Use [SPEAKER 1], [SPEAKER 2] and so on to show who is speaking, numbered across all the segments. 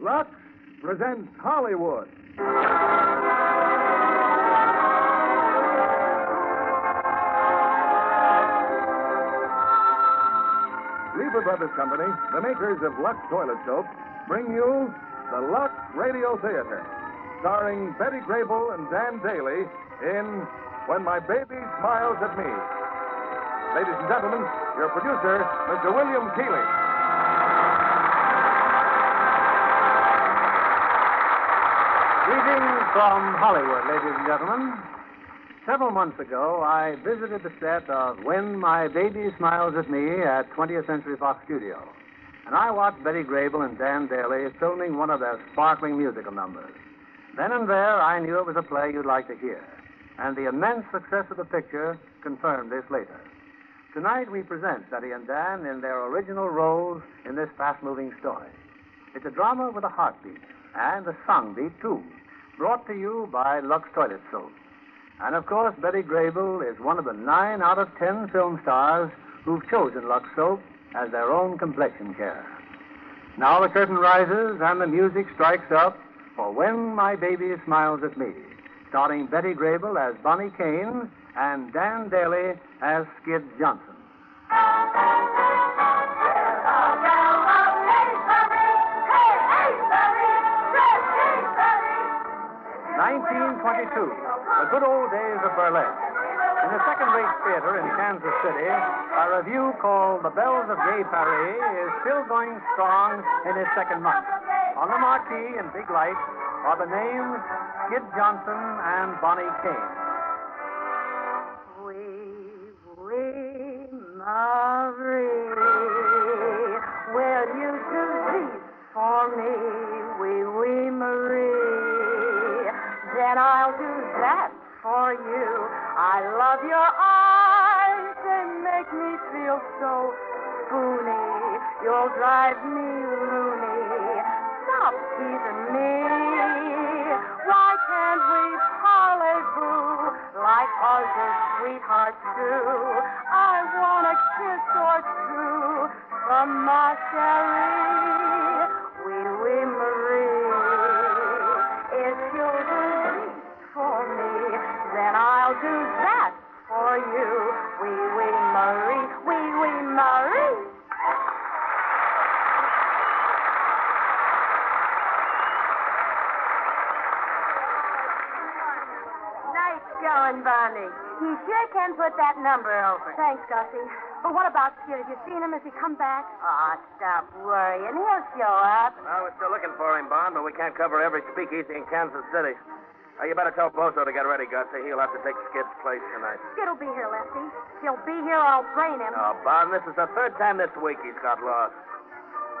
[SPEAKER 1] Lux presents Hollywood. Reba Brothers Company, the makers of Lux Toilet Soap, bring you the Lux Radio Theater, starring Betty Grable and Dan Daly in When My Baby Smiles at Me. Ladies and gentlemen, your producer, Mr. William Keeley.
[SPEAKER 2] Greetings from Hollywood, ladies and gentlemen. Several months ago, I visited the set of When My Baby Smiles at Me at 20th Century Fox Studio. And I watched Betty Grable and Dan Daly filming one of their sparkling musical numbers. Then and there, I knew it was a play you'd like to hear. And the immense success of the picture confirmed this later. Tonight, we present Betty and Dan in their original roles in this fast moving story. It's a drama with a heartbeat and a song beat, too brought to you by Lux Toilet Soap. And of course, Betty Grable is one of the nine out of ten film stars who've chosen Lux Soap as their own complexion care. Now the curtain rises and the music strikes up for When My Baby Smiles at Me, starring Betty Grable as Bonnie Kane and Dan Daly as Skid Johnson.
[SPEAKER 3] Thank
[SPEAKER 2] 1922, the good old days of burlesque. In the second-rate theater in Kansas City, a review called The Bells of Gay Paris is still going strong in its second month. On the marquee in big lights are the names Kid Johnson and Bonnie Kane.
[SPEAKER 4] We, we, Marie, will you do these for me? We, we, Marie, then I'll do that for you. I love your eyes, they make me feel so spoony. You'll drive me loony. Stop teasing me. Why can't we parley-boo like other sweethearts do? I want a kiss or two from my Cherie. Wee wee Marie. If you'll do this for me, then I'll do that for you. Wee wee Marie. Wee wee Marie.
[SPEAKER 5] Nice going, Bonnie. You sure can put that number over. Thanks, Gussie. But what about Skid? Have you seen him? Has he come back?
[SPEAKER 4] Aw, stop worrying. He'll show up.
[SPEAKER 2] Well, we're still looking for him, Bond, but we can't cover every speakeasy in Kansas City. Uh, you better tell Bozo to get ready, Gussie. He'll have to take Skid's place tonight.
[SPEAKER 5] Skid'll be here, Lefty. He'll be here. I'll brain him.
[SPEAKER 2] Oh, Bond, this is the third time this week he's got lost.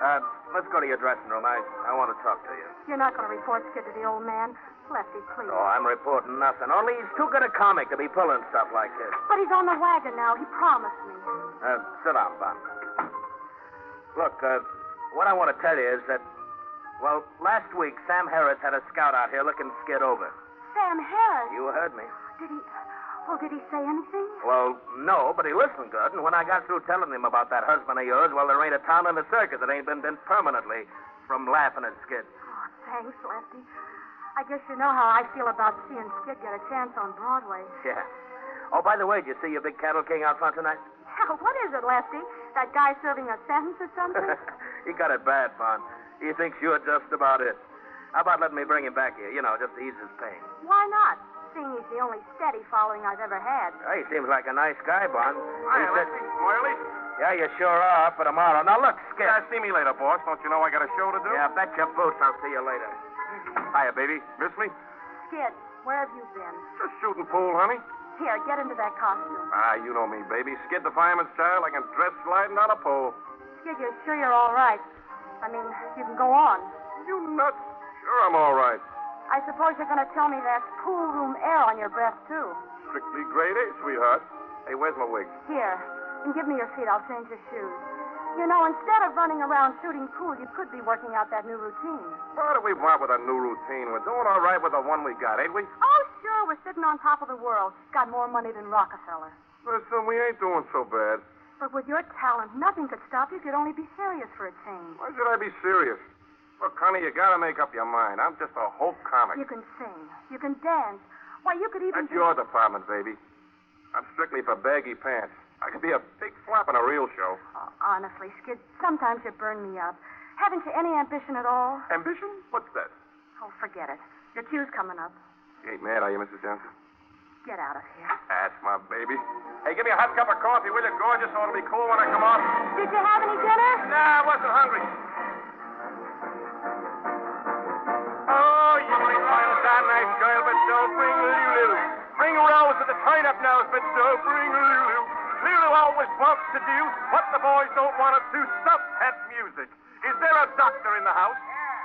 [SPEAKER 2] Uh, let's go to your dressing room. I, I want to talk to you.
[SPEAKER 5] You're not going to report Skid to the old man, Lefty. Please.
[SPEAKER 2] Oh, I'm reporting nothing. Only he's too good a comic to be pulling stuff like this.
[SPEAKER 5] But he's on the wagon now. He promised me.
[SPEAKER 2] Uh, sit down, Bond. Look, uh, what I want to tell you is that, well, last week Sam Harris had a scout out here looking Skid over.
[SPEAKER 5] Sam Harris.
[SPEAKER 2] You heard me.
[SPEAKER 5] Did he? Oh, did he say anything?
[SPEAKER 2] Well, no, but he listened good, and when I got through telling him about that husband of yours, well, there ain't a town in the circuit that ain't been bent permanently from laughing at Skid.
[SPEAKER 5] Oh, thanks, Lefty. I guess you know how I feel about seeing Skid get a chance on Broadway.
[SPEAKER 2] Yeah. Oh, by the way, did you see your big cattle king out front tonight?
[SPEAKER 5] Hell, what is it, Lefty? That guy serving us sentence or something?
[SPEAKER 1] He got it bad, Vaughn. He thinks you're just about it. How about letting me bring him back here, you know, just to ease his pain?
[SPEAKER 5] Why not? Seeing he's the only steady following I've ever had.
[SPEAKER 1] Well, he seems like a nice guy, Bond.
[SPEAKER 3] Hi, Lefty. Morley.
[SPEAKER 1] Yeah, you sure are, for tomorrow. Now, look, Skip.
[SPEAKER 3] Yeah, see me later, boss. Don't you know I got a show to do?
[SPEAKER 1] Yeah, bet your boots I'll see you later.
[SPEAKER 3] Hiya, baby. Miss me?
[SPEAKER 5] Kid, where have you been?
[SPEAKER 3] Just shooting pool, honey.
[SPEAKER 5] Here, get into that costume.
[SPEAKER 3] Ah, you know me, baby. Skid the fireman's child. I can dress sliding down a pole.
[SPEAKER 5] Kid, you're sure you're all right. I mean, you can go on.
[SPEAKER 3] You nuts. Sure, I'm all right.
[SPEAKER 5] I suppose you're going to tell me that's cool room air on your breath, too.
[SPEAKER 3] Strictly grade A, sweetheart. Hey, where's my wig?
[SPEAKER 5] Here, and give me your feet. I'll change your shoes. You know, instead of running around shooting pool, you could be working out that new routine.
[SPEAKER 3] What do we want with a new routine? We're doing all right with the one we got, ain't we?
[SPEAKER 5] Oh, sure, we're sitting on top of the world. Got more money than Rockefeller.
[SPEAKER 3] Listen, we ain't doing so bad.
[SPEAKER 5] But with your talent, nothing could stop you. Could only be serious for a change.
[SPEAKER 3] Why should I be serious? Look, honey, you gotta make up your mind. I'm just a hope comic.
[SPEAKER 5] You can sing. You can dance. Why, you could even.
[SPEAKER 3] That's your department, baby. I'm strictly for baggy pants. I could be a big flop on a real show.
[SPEAKER 5] Oh, honestly, Skid, sometimes you burn me up. Haven't you any ambition at all?
[SPEAKER 3] Ambition? What's that?
[SPEAKER 5] Oh, forget it. Your cue's coming up.
[SPEAKER 3] You ain't mad, are you, Mrs. Johnson?
[SPEAKER 5] Get out of here.
[SPEAKER 3] That's my baby. Hey, give me a hot cup of coffee, will you? Gorgeous, so it'll be cool when I come off.
[SPEAKER 5] Did you have any dinner?
[SPEAKER 3] Nah, I wasn't hungry. Oh, you bring miles that nice girl, but don't bring Lulu. Bring Rose with the turn up nose, but don't bring Lulu. Lulu always wants to do what the boys don't want to do. Stop that music. Is there a doctor in the house?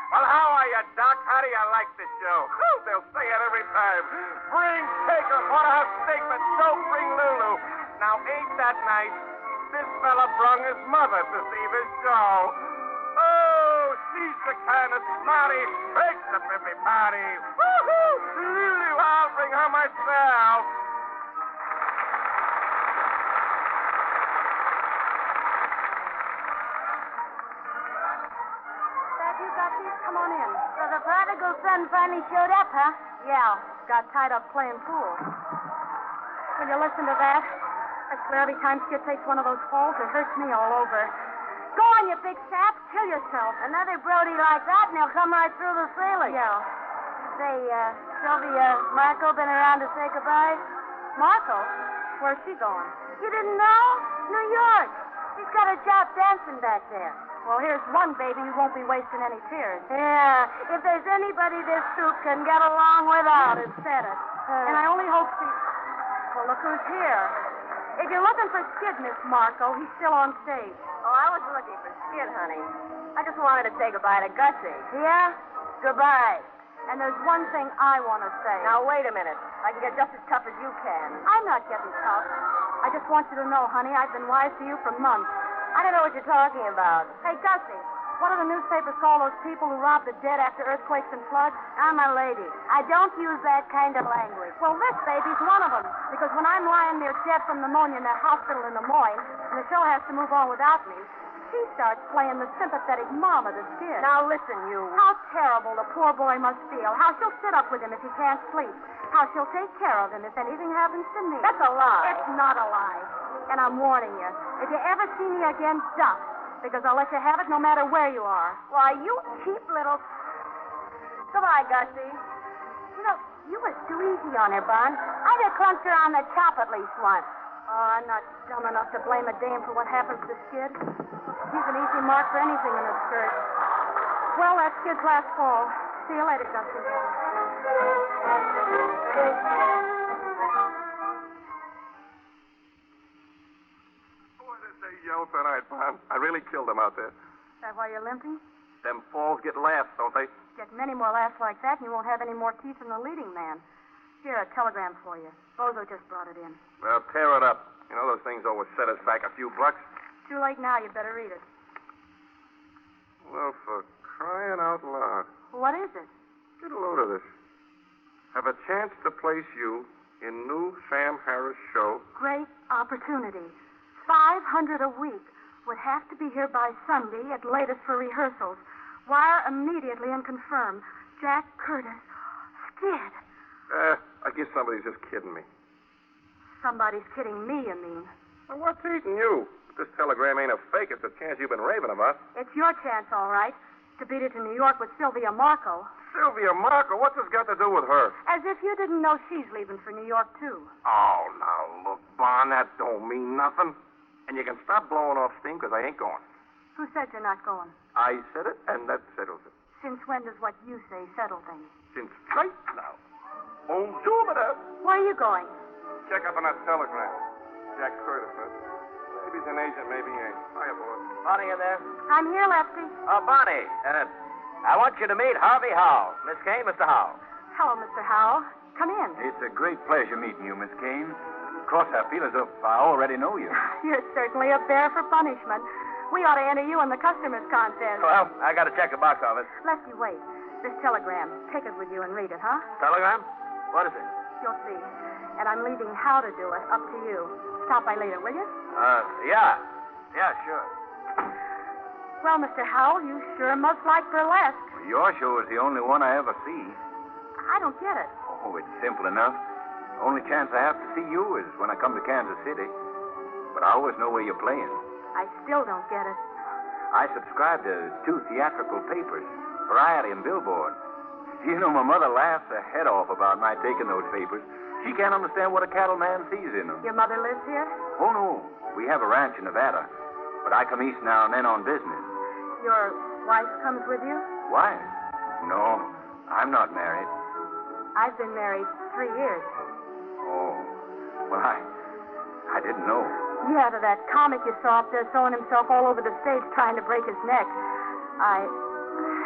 [SPEAKER 3] Well, how are you, Doc? How do you like the show? Whew, They'll say it every time. Bring Taker, what a steak, but don't bring Lulu. Now, ain't that nice? This fella brung his mother to see the show. Oh, she's the kind of smarty breaks up every party. Woo-hoo! Lulu, I'll bring her myself.
[SPEAKER 5] That you, Dutchie? Come on in.
[SPEAKER 4] So the prodigal son finally showed up, huh?
[SPEAKER 5] Yeah, got tied up playing pool. Will you listen to that? I swear every time Skid takes one of those falls, it hurts me all over. Go on, you big sap. Kill yourself.
[SPEAKER 4] Another Brody like that, and he'll come right through the ceiling.
[SPEAKER 5] Yeah.
[SPEAKER 4] Say, uh, Sylvia,
[SPEAKER 5] uh,
[SPEAKER 4] Marco been around to say goodbye?
[SPEAKER 5] Marco? Where's she going?
[SPEAKER 4] You didn't know? New York. He's got a job dancing back there.
[SPEAKER 5] Well, here's one baby who won't be wasting any tears.
[SPEAKER 4] Yeah, if there's anybody this soup can get along without, it's
[SPEAKER 5] Said it. And I only hope she. Well, look who's here. If you're looking for Skid, Miss Marco, he's still on stage.
[SPEAKER 6] Oh, I was looking for Skid, honey. I just wanted to say goodbye to Gutsy.
[SPEAKER 4] Yeah? Goodbye.
[SPEAKER 5] And there's one thing I want to say.
[SPEAKER 6] Now, wait a minute. I can get just as tough as you can.
[SPEAKER 5] I'm not getting tough. I just want you to know, honey, I've been wise to you for months.
[SPEAKER 6] I don't know what you're talking about.
[SPEAKER 5] Hey, Gussie, what do the newspapers call those people who rob the dead after earthquakes and floods?
[SPEAKER 4] I'm a lady. I don't use that kind of language.
[SPEAKER 5] Well, this baby's one of them. Because when I'm lying there dead from pneumonia in that hospital in Des Moines, and the show has to move on without me, she starts playing the sympathetic mom of the kid.
[SPEAKER 6] Now, listen, you.
[SPEAKER 5] How terrible the poor boy must feel. How she'll sit up with him if he can't sleep. How she'll take care of him if anything happens to me.
[SPEAKER 6] That's a lie.
[SPEAKER 5] It's not a lie. And I'm warning you, if you ever see me again, duck. Because I'll let you have it no matter where you are.
[SPEAKER 6] Why, you cheap little. Goodbye, Gussie.
[SPEAKER 4] You know, you was too easy on her, Bun. I'd have clunked her on the top at least once.
[SPEAKER 5] Oh, I'm not dumb enough to blame a dame for what happens to Skid. He's an easy mark for anything in this skirt. Well, that's Skid's last fall. See you later, Gussie.
[SPEAKER 3] Boy, did they yell tonight, Bob. I really killed them out there.
[SPEAKER 5] Is that why you're limping?
[SPEAKER 3] Them falls get laughs, don't they?
[SPEAKER 5] Get many more laughs like that, and you won't have any more teeth than the leading man. Here, a telegram for you. Bozo just brought it in.
[SPEAKER 3] Well, tear it up. You know those things always set us back a few bucks.
[SPEAKER 5] Too late now. You'd better read it.
[SPEAKER 3] Well, for crying out loud.
[SPEAKER 5] What is it?
[SPEAKER 3] Get a load of this. Have a chance to place you in new Sam Harris show.
[SPEAKER 5] Great opportunity. 500 a week. Would have to be here by Sunday at latest for rehearsals. Wire immediately and confirm. Jack Curtis. Skid.
[SPEAKER 3] Uh, I guess somebody's just kidding me.
[SPEAKER 5] Somebody's kidding me, you mean.
[SPEAKER 3] Now, what's eating you? If this telegram ain't a fake, it's a chance you've been raving about.
[SPEAKER 5] It's your chance, all right, to beat it to New York with Sylvia Marco.
[SPEAKER 3] Sylvia Marco, what's this got to do with her?
[SPEAKER 5] As if you didn't know she's leaving for New York, too.
[SPEAKER 3] Oh, now look, Bon, that don't mean nothing. And you can stop blowing off steam because I ain't going.
[SPEAKER 5] Who said you're not going?
[SPEAKER 3] I said it, and that settles it.
[SPEAKER 5] Since when does what you say settle things?
[SPEAKER 3] Since right now. Bonjour, madame.
[SPEAKER 5] Where are you going?
[SPEAKER 3] Check up on that telegram. Jack Curtis, huh? Maybe he's an agent, maybe he ain't. Hiya, boy.
[SPEAKER 7] Bonnie, you there?
[SPEAKER 5] I'm here, Lefty.
[SPEAKER 7] Oh, Bonnie. Uh, I want you to meet Harvey Howell. Miss Kane, Mr. Howell.
[SPEAKER 5] Hello, Mr. Howell. Come in.
[SPEAKER 8] It's a great pleasure meeting you, Miss Kane. Of course, I feel as if I already know you.
[SPEAKER 5] You're certainly a bear for punishment. We ought to enter you in the customers' contest.
[SPEAKER 7] Well, I got to check the box office.
[SPEAKER 5] Lefty, wait. This telegram. Take it with you and read it, huh?
[SPEAKER 7] Telegram? What is it?
[SPEAKER 5] You'll see. And I'm leaving how to do it up to you. Stop by later, will you?
[SPEAKER 7] Uh, yeah. Yeah, sure.
[SPEAKER 5] Well, Mr. Howell, you sure must like burlesque.
[SPEAKER 8] Your show is the only one I ever see.
[SPEAKER 5] I don't get it.
[SPEAKER 8] Oh, it's simple enough. The only chance I have to see you is when I come to Kansas City. But I always know where you're playing.
[SPEAKER 5] I still don't get it.
[SPEAKER 8] I subscribe to two theatrical papers, Variety and Billboard. You know, my mother laughs her head off about my taking those papers. She can't understand what a cattleman sees in them.
[SPEAKER 5] Your mother lives here?
[SPEAKER 8] Oh, no. We have a ranch in Nevada. But I come east now and then on business.
[SPEAKER 5] Your wife comes with you?
[SPEAKER 8] Why? No, I'm not married.
[SPEAKER 5] I've been married three years.
[SPEAKER 8] Oh, well, I, I didn't know.
[SPEAKER 5] Yeah, to that comic you saw up there throwing himself all over the stage trying to break his neck. I,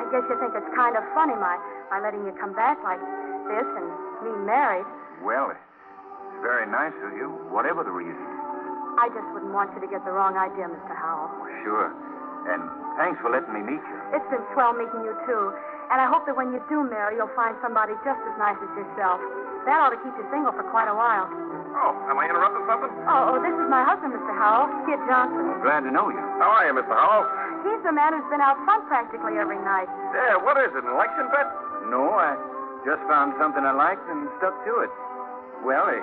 [SPEAKER 5] I guess you think it's kind of funny my, my letting you come back like this and me married.
[SPEAKER 8] Well, it's very nice of you, whatever the reason.
[SPEAKER 5] I just wouldn't want you to get the wrong idea, Mr. Howell.
[SPEAKER 8] Well, sure. And thanks for letting me meet you.
[SPEAKER 5] It's been swell meeting you too, and I hope that when you do marry, you'll find somebody just as nice as yourself. That ought to keep you single for quite a while.
[SPEAKER 3] Oh, am I interrupting something?
[SPEAKER 5] Oh, oh, this is my husband, Mr. Howell, Skip Johnson.
[SPEAKER 8] I'm glad to know you.
[SPEAKER 3] How are you, Mr. Howell?
[SPEAKER 5] He's the man who's been out front practically every night.
[SPEAKER 3] Yeah, what is it, an election bet?
[SPEAKER 8] No, I just found something I liked and stuck to it. Well, it's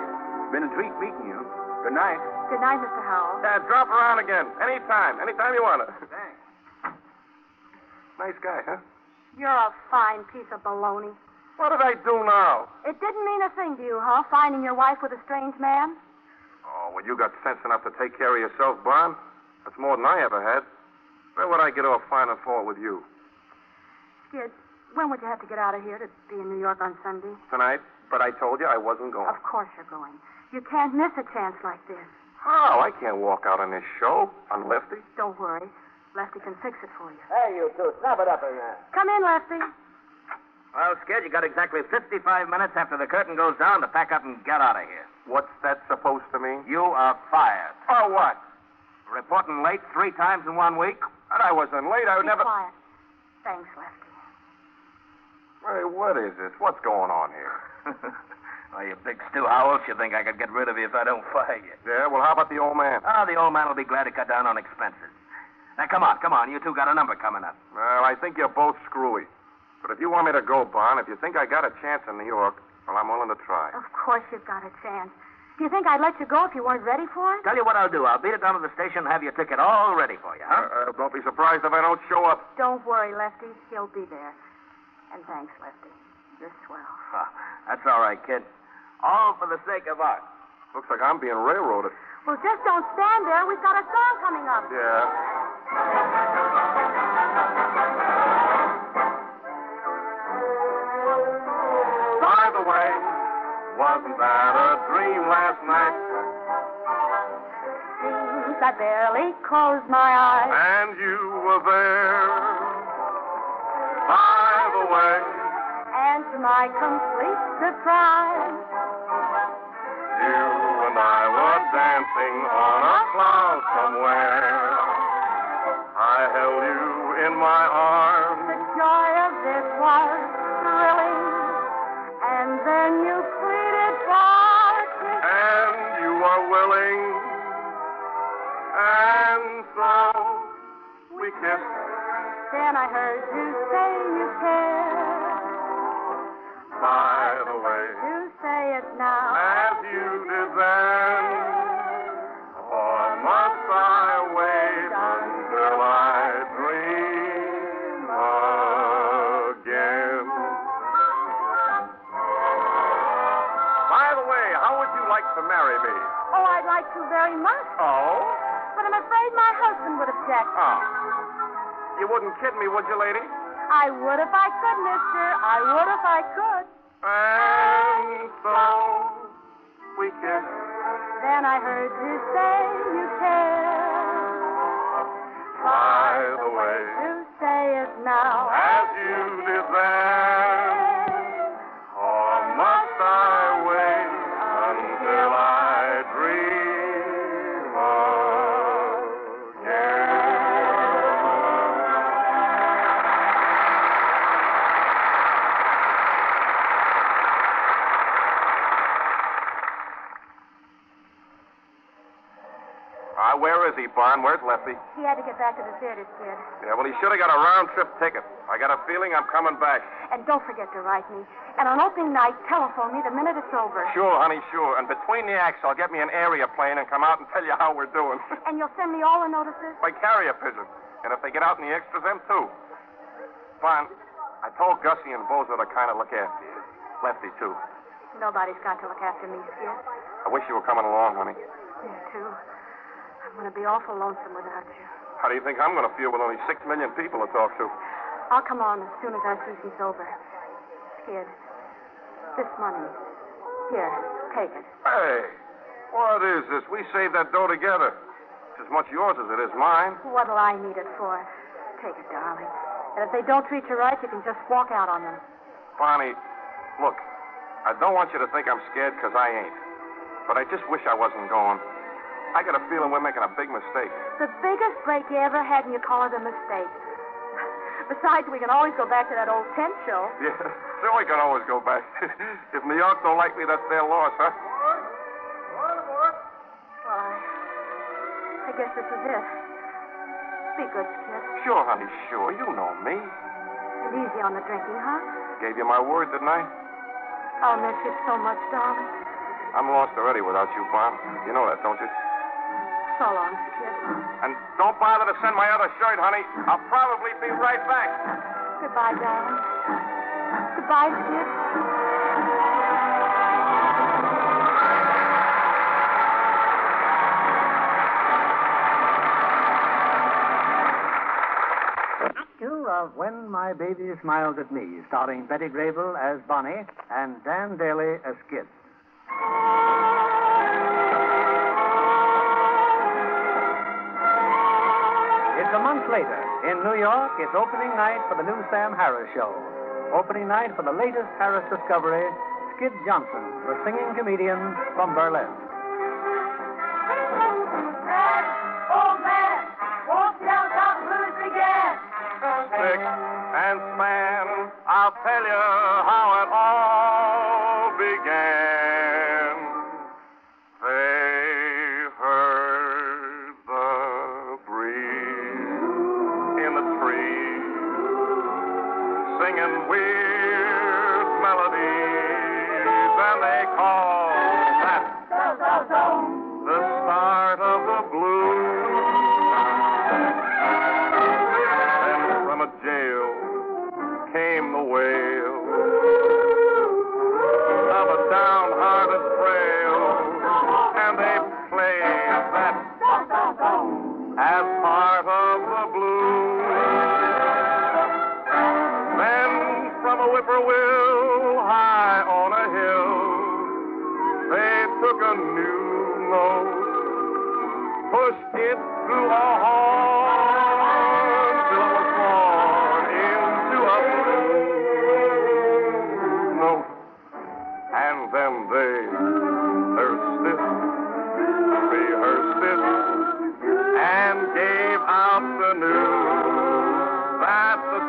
[SPEAKER 8] been a treat meeting you. Good night.
[SPEAKER 5] Good night, Mr. Howell.
[SPEAKER 3] Yeah, drop around again. Anytime. Anytime you want it.
[SPEAKER 8] Thanks.
[SPEAKER 3] Nice guy, huh?
[SPEAKER 5] You're a fine piece of baloney.
[SPEAKER 3] What did I do now?
[SPEAKER 5] It didn't mean a thing to you, huh? Finding your wife with a strange man?
[SPEAKER 3] Oh, well, you got sense enough to take care of yourself, Bon. That's more than I ever had. Where would I get off fine and fall with you?
[SPEAKER 5] Skid, when would you have to get out of here to be in New York on Sunday?
[SPEAKER 3] Tonight? But I told you I wasn't going.
[SPEAKER 5] Of course you're going. You can't miss a chance like this.
[SPEAKER 3] How? Oh,
[SPEAKER 7] Oh,
[SPEAKER 3] I can't walk out on this show. I'm lefty.
[SPEAKER 5] Don't worry. Lefty can fix it for you.
[SPEAKER 7] Hey, you two, snap it up in there.
[SPEAKER 5] Come in, Lefty.
[SPEAKER 7] Well, Skid, you got exactly 55 minutes after the curtain goes down to pack up and get out of here.
[SPEAKER 3] What's that supposed to mean?
[SPEAKER 7] You are fired.
[SPEAKER 3] For what?
[SPEAKER 7] Reporting late three times in one week.
[SPEAKER 3] And I wasn't late. I would
[SPEAKER 5] Be
[SPEAKER 3] never.
[SPEAKER 5] quiet. Thanks, Lefty.
[SPEAKER 3] Hey, what is this? What's going on here?
[SPEAKER 7] well, you big stew, how else you think I could get rid of you if I don't fire you?
[SPEAKER 3] Yeah, well, how about the old man?
[SPEAKER 7] Oh, the old man will be glad to cut down on expenses. Now, come on, come on. You two got a number coming up.
[SPEAKER 3] Well, I think you're both screwy. But if you want me to go, Bon, if you think I got a chance in New York, well, I'm willing to try.
[SPEAKER 5] Of course you've got a chance. Do you think I'd let you go if you weren't ready for it?
[SPEAKER 7] Tell you what I'll do. I'll beat it down to the station and have your ticket all ready for you, huh?
[SPEAKER 3] Uh, uh, don't be surprised if I don't show up.
[SPEAKER 5] Don't worry, Lefty. He'll be there. And thanks, Lefty. You're swell.
[SPEAKER 7] Oh, that's all right, kid. All for the sake of art.
[SPEAKER 3] Looks like I'm being railroaded.
[SPEAKER 5] Well, just don't stand there. We've got a song coming up.
[SPEAKER 3] Yeah. By the way, wasn't that a dream last night?
[SPEAKER 5] Seems I barely closed my eyes.
[SPEAKER 3] And you were there. By the way,
[SPEAKER 5] And to my complete surprise,
[SPEAKER 3] you and I were dancing on a cloud somewhere. I held you in my arms.
[SPEAKER 5] the joy of this was thrilling. And then you pleaded for kiss.
[SPEAKER 3] and you are willing. And so we kissed.
[SPEAKER 5] Then I heard you say you care.
[SPEAKER 3] By the way,
[SPEAKER 5] You say it now.
[SPEAKER 3] as you did then, or must I wait?
[SPEAKER 1] me.
[SPEAKER 5] Oh, I'd like to very much,
[SPEAKER 1] Oh?
[SPEAKER 5] but I'm afraid my husband would object.
[SPEAKER 3] Ah.
[SPEAKER 1] Oh. You wouldn't kid me, would you, lady?
[SPEAKER 5] I would if I could, mister. I would if I could.
[SPEAKER 1] And so we kissed.
[SPEAKER 5] Then I heard you say you care.
[SPEAKER 1] By the way,
[SPEAKER 5] You say it now.
[SPEAKER 1] as you desire, or must I wait until I dream
[SPEAKER 3] Ah, where is he, Barnworth, Lefty?
[SPEAKER 5] He had to get back to the theater, kid.
[SPEAKER 3] Yeah, well, he should have got a round trip ticket. I got a feeling I'm coming back.
[SPEAKER 5] And don't forget to write me. And on opening night, telephone me the minute it's over.
[SPEAKER 3] Sure, honey, sure. And between the acts, I'll get me an area plane and come out and tell you how we're doing.
[SPEAKER 5] And you'll send me all the notices?
[SPEAKER 3] By carrier pigeon. And if they get out in the extras, them too. Fine. I told Gussie and Bozo to kind of look after you. Lefty, too.
[SPEAKER 5] Nobody's got to look after me, Skid.
[SPEAKER 3] I wish you were coming along, honey.
[SPEAKER 5] Me too. I'm going to be awful lonesome without you.
[SPEAKER 3] How do you think I'm going to feel with only six million people to talk to?
[SPEAKER 5] I'll come on as soon as our season's over. Skid, this money. Here, take it.
[SPEAKER 3] Hey, what is this? We saved that dough together. It's as much yours as it is mine.
[SPEAKER 5] What'll I need it for? Take it, darling. And if they don't treat you right, you can just walk out on them.
[SPEAKER 3] Bonnie, look, I don't want you to think I'm scared because I ain't. But I just wish I wasn't going. I got a feeling we're making a big mistake.
[SPEAKER 5] The biggest break you ever had, and you call it a mistake. Besides, we can always go back to that old tent show.
[SPEAKER 3] Yeah, so we can always go back. if New York don't like me, that's their loss, huh?
[SPEAKER 5] Well, Uh, I, I guess this is it. Be good, kid.
[SPEAKER 3] Sure, honey, sure. You know me.
[SPEAKER 5] And easy on the drinking, huh?
[SPEAKER 3] Gave you my word, didn't I?
[SPEAKER 5] I'll miss you so much, darling.
[SPEAKER 3] I'm lost already without you, Bon. You know that, don't you?
[SPEAKER 5] So long, kid.
[SPEAKER 3] And don't bother to send my other shirt, honey. I'll probably be right back.
[SPEAKER 5] Goodbye, darling. Goodbye, Skip.
[SPEAKER 2] You of When My Baby Smiles at Me, starring Betty Grable as Bonnie and Dan Daly as Kid. It's a month later. In New York, it's opening night for the new Sam Harris show. Opening night for the latest Harris discovery, Skid Johnson, the singing comedian from Burlesque.
[SPEAKER 3] Stick and span, I'll tell you how it all began. They heard the breeze in the trees, singing weird melodies, and they call that the start of the blues. Then from a jail came the wail of a downhearted frail, and they played that as part of the blues. Then from a whippoorwill high on a hill, they took a new note pushed it through a horn till it was born into a note. And then they nursed it, rehearsed it, and gave out the news that the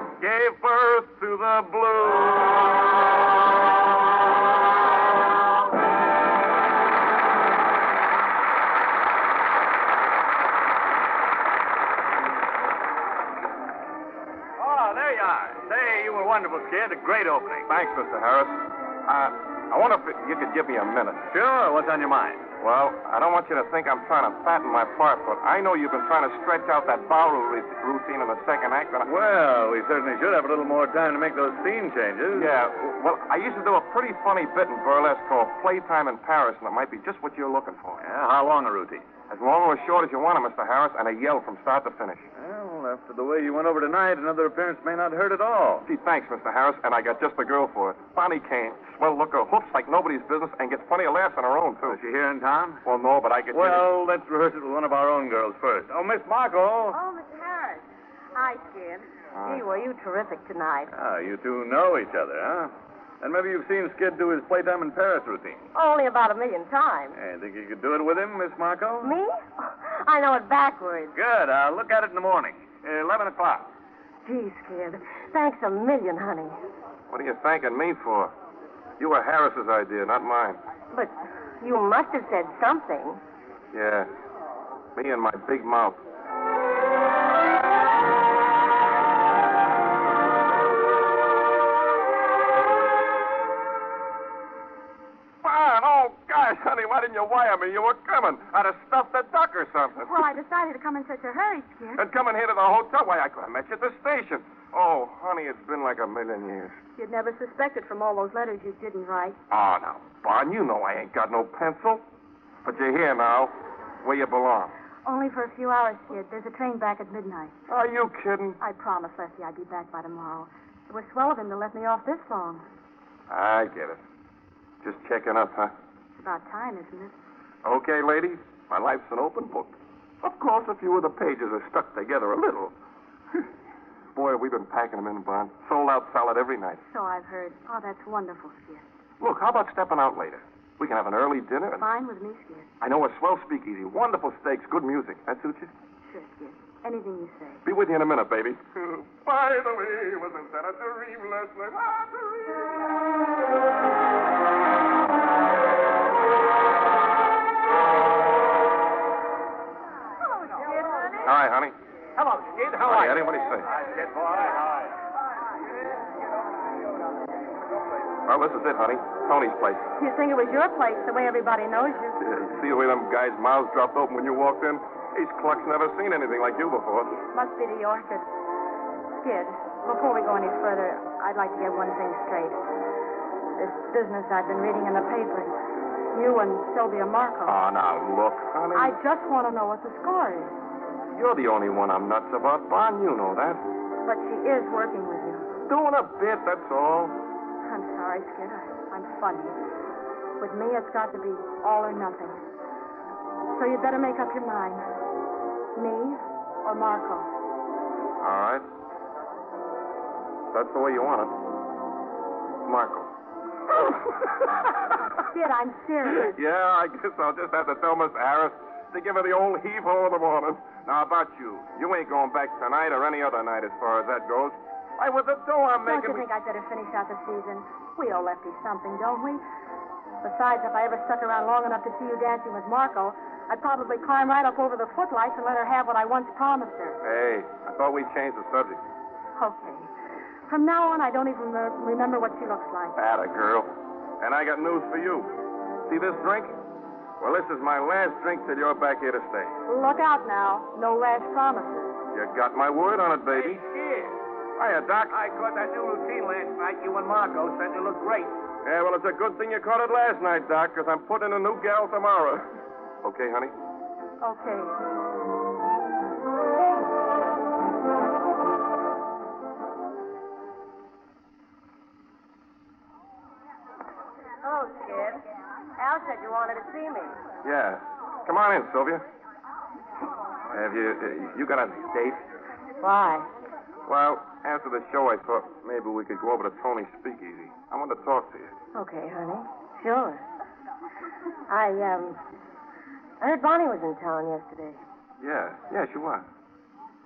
[SPEAKER 3] Southland gave birth to the blues.
[SPEAKER 1] Ah,
[SPEAKER 8] Oh, there you are. Say, you were wonderful, kid. A great opening.
[SPEAKER 3] Thanks, Mr. Harris. Uh, I wonder if you could give me a minute.
[SPEAKER 1] Sure, what's on your mind?
[SPEAKER 3] Well, I don't want you to think I'm trying to fatten my part, but I know you've been trying to stretch out that bowel ru- routine in the second act. But I...
[SPEAKER 1] Well, Oh, we certainly should have a little more time to make those scene changes.
[SPEAKER 3] Yeah, well, I used to do a pretty funny bit in burlesque called Playtime in Paris, and it might be just what you're looking for.
[SPEAKER 1] Yeah, how long a routine?
[SPEAKER 3] As long or as short as you want it, Mr. Harris, and a yell from start to finish.
[SPEAKER 1] Well, after the way you went over tonight, another appearance may not hurt at all.
[SPEAKER 3] Oh, Gee, thanks, Mr. Harris, and I got just the girl for it. Bonnie Kane. Well, look, her hoofs like nobody's business and gets plenty of laughs on her own, too.
[SPEAKER 1] Is she here in town?
[SPEAKER 3] Well, no, but I could.
[SPEAKER 1] Well, let's rehearse it with one of our own girls first. Oh, Miss Marco.
[SPEAKER 2] Oh, Mr. Harris. Hi, Skid. Gee, were you terrific tonight.
[SPEAKER 5] Uh.
[SPEAKER 1] Ah, you two know each other, huh? And maybe you've seen Skid do his playtime in Paris routine.
[SPEAKER 2] Only about a million times.
[SPEAKER 1] Hey, think you could do it with him, Miss Marco?
[SPEAKER 2] Me? I know it backwards.
[SPEAKER 1] Good. I'll look at it in the morning. Uh, 11 o'clock.
[SPEAKER 2] Gee, Skid. Thanks a million, honey.
[SPEAKER 3] What are you thanking me for? You were Harris's idea, not mine.
[SPEAKER 2] But you must have said something.
[SPEAKER 3] Yeah. Me and my big mouth. Fine. Oh, gosh, honey, why didn't you wire me? You were coming. I'd have stuffed the duck or something.
[SPEAKER 5] Well, I decided to come in such a hurry, Skid.
[SPEAKER 3] And coming here to the hotel, why, I could have met you at the station. Oh, honey, it's been like a million years.
[SPEAKER 5] You'd never suspected from all those letters you didn't write.
[SPEAKER 3] Oh, now, Bon, you know I ain't got no pencil. But you're here now, where you belong.
[SPEAKER 5] Only for a few hours, Skid. There's a train back at midnight.
[SPEAKER 3] Are you kidding?
[SPEAKER 5] I promised Lefty I'd be back by tomorrow. It was swell of him to let me off this long.
[SPEAKER 3] I get it. Just checking up, huh?
[SPEAKER 5] It's about time, isn't it?
[SPEAKER 3] Okay, lady, my life's an open book. Of course, a few of the pages are stuck together a little. Boy, we've been packing them in, Bon. Sold out solid every night.
[SPEAKER 5] So I've heard. Oh, that's wonderful, Skid.
[SPEAKER 3] Look, how about stepping out later? We can have an early dinner. And
[SPEAKER 5] Fine with me, Skid.
[SPEAKER 3] I know a swell speakeasy, wonderful steaks, good music. That suits you?
[SPEAKER 5] Sure, Skid. Anything you say.
[SPEAKER 3] Be with you in a minute, baby.
[SPEAKER 9] By the way, wasn't that a dream last night? Ah, dream.
[SPEAKER 2] Hello, Skid, honey.
[SPEAKER 3] Hi, honey.
[SPEAKER 1] Hello, Skid. How
[SPEAKER 3] Hi, Eddie. What do you say?
[SPEAKER 1] Skid, boy. Hi.
[SPEAKER 3] Well, this is it, honey. Tony's place.
[SPEAKER 5] You think it was your place, the way everybody knows you.
[SPEAKER 3] Yeah, you see the way them guys' mouths dropped open when you walked in? These clucks never seen anything like you before.
[SPEAKER 5] Must be the orchid. Skid, before we go any further, I'd like to get one thing straight. This business I've been reading in the papers. You and Sylvia Marco.
[SPEAKER 3] Oh, now look, honey.
[SPEAKER 5] I just want to know what the score is.
[SPEAKER 3] You're the only one I'm nuts about, Bon. You know that.
[SPEAKER 5] But she is working with you.
[SPEAKER 3] Doing a bit, that's all.
[SPEAKER 5] I'm sorry, Skid. I, I'm funny. With me, it's got to be all or nothing. So you'd better make up your mind. Me or Marco?
[SPEAKER 3] All right. That's the way you want it. Marco.
[SPEAKER 5] Skid, I'm serious.
[SPEAKER 3] Yeah, I guess I'll just have to tell Miss Harris to give her the old heave ho in the morning. Now, about you. You ain't going back tonight or any other night as far as that goes. Why, with the dough I'm
[SPEAKER 5] Don't you think
[SPEAKER 3] making.
[SPEAKER 5] I'd better finish out the season? We owe Lefty something, don't we? Besides, if I ever stuck around long enough to see you dancing with Marco, I'd probably climb right up over the footlights and let her have what I once promised her.
[SPEAKER 3] Hey, I thought we changed the subject.
[SPEAKER 5] Okay. From now on, I don't even re- remember what she looks like.
[SPEAKER 3] Atta girl. And I got news for you. See this drink? Well, this is my last drink till you're back here to stay.
[SPEAKER 5] Look out now. No last promises.
[SPEAKER 3] You got my word on it, baby.
[SPEAKER 1] Skid.
[SPEAKER 3] Hiya, Doc.
[SPEAKER 1] I caught that new routine last night. You and Marco said you looked great.
[SPEAKER 3] Yeah, well, it's a good thing you caught it last night, Doc, because I'm putting in a new gal tomorrow. Okay, honey?
[SPEAKER 5] Okay. Oh,
[SPEAKER 2] Hello, Skid. Al said you wanted to see me.
[SPEAKER 3] Yeah. Come on in, Sylvia. Have you, uh, you got a date?
[SPEAKER 2] Why?
[SPEAKER 3] Well, after the show, I thought maybe we could go over to Tony's speakeasy. I want to talk to you.
[SPEAKER 2] Okay, honey. Sure. I, um, I heard Bonnie was in town yesterday.
[SPEAKER 3] Yeah, yeah, she was.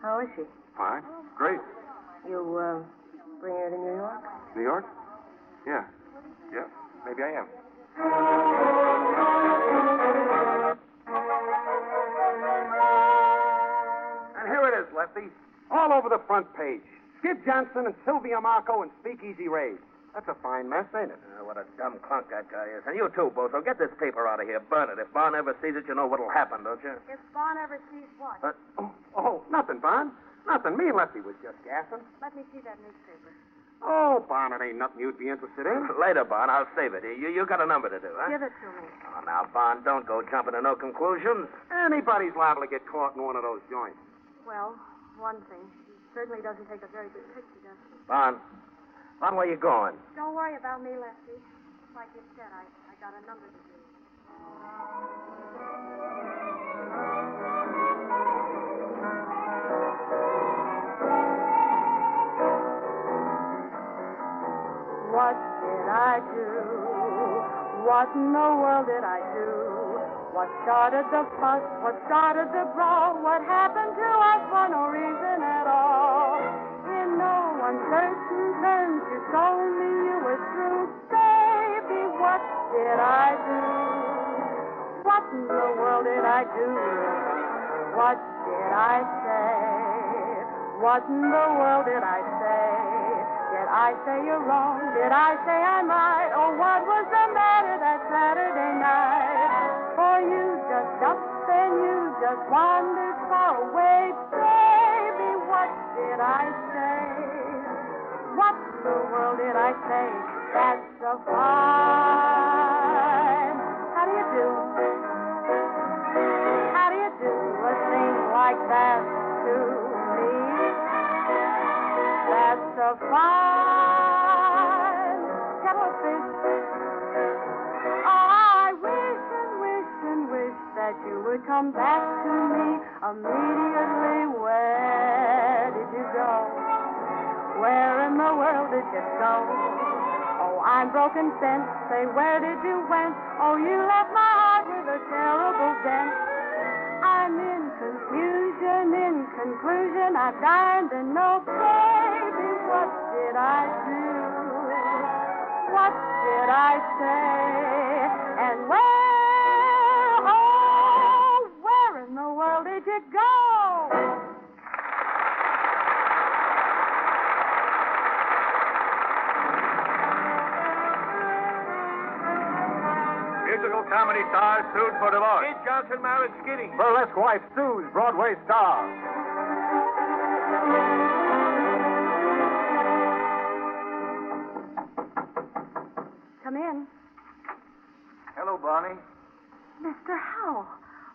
[SPEAKER 2] How is she?
[SPEAKER 3] Fine. Great.
[SPEAKER 2] You, um, bring her to New York?
[SPEAKER 3] New York? Yeah. Yeah, maybe I am.
[SPEAKER 1] And here it is, Lefty. All over the front page. Skid Johnson and Sylvia Marco and Speakeasy Ray.
[SPEAKER 2] That's a fine mess, ain't it?
[SPEAKER 8] Oh, what a dumb clunk that guy is. And you too, Bozo. Get this paper out of here. Burn it. If Bon ever sees it, you know what'll happen, don't you?
[SPEAKER 5] If Vaughn ever sees what?
[SPEAKER 2] But, oh, oh, nothing, Bon. Nothing. Me and Lefty was just gassing.
[SPEAKER 5] Let me see that newspaper.
[SPEAKER 2] Oh, Bon, it ain't nothing you'd be interested in.
[SPEAKER 8] Later, Bon. I'll save it. You, you got a number to do, huh?
[SPEAKER 5] Give it to me.
[SPEAKER 8] Oh, now, Bon, don't go jumping to no conclusions.
[SPEAKER 2] Anybody's liable to get caught in one of those joints.
[SPEAKER 5] Well, one thing. He certainly doesn't take a very good picture, does he?
[SPEAKER 8] Bon. Bon, where you going?
[SPEAKER 5] Don't worry about me, Lefty. Like you said, I, I got a number to do.
[SPEAKER 4] What did I do? What in the world did I do? What started the fuss? What started the brawl? What happened to us for no reason at all? In no uncertain terms, you told me you were through. Baby, what did I do? What in the world did I do? What did I say? What in the world did I say? Did I say you're wrong? Did I say I'm right? Oh, what was the matter that Saturday night? For you just up and you just wandered far away. Baby, what did I say? What in the world did I say? That's so fine. How do you do? How do you do a thing like that to me? That's a fine cuttlefish. I wish and wish and wish that you would come back to me immediately. Where did you go? Where in the world did you go? Oh, I'm broken sense. Say, where did you went? Oh, you left my heart with a terrible dent. I'm in confusion, in conclusion, I'm dying to know, baby, what did I do? What did I say? And where, oh, where in the world did you go?
[SPEAKER 3] Musical comedy stars sued for divorce.
[SPEAKER 8] Kid Johnson married Skinny.
[SPEAKER 2] Burlesque wife sues Broadway star.
[SPEAKER 5] Come in.
[SPEAKER 8] Hello, Bonnie.
[SPEAKER 5] Mr. Howell.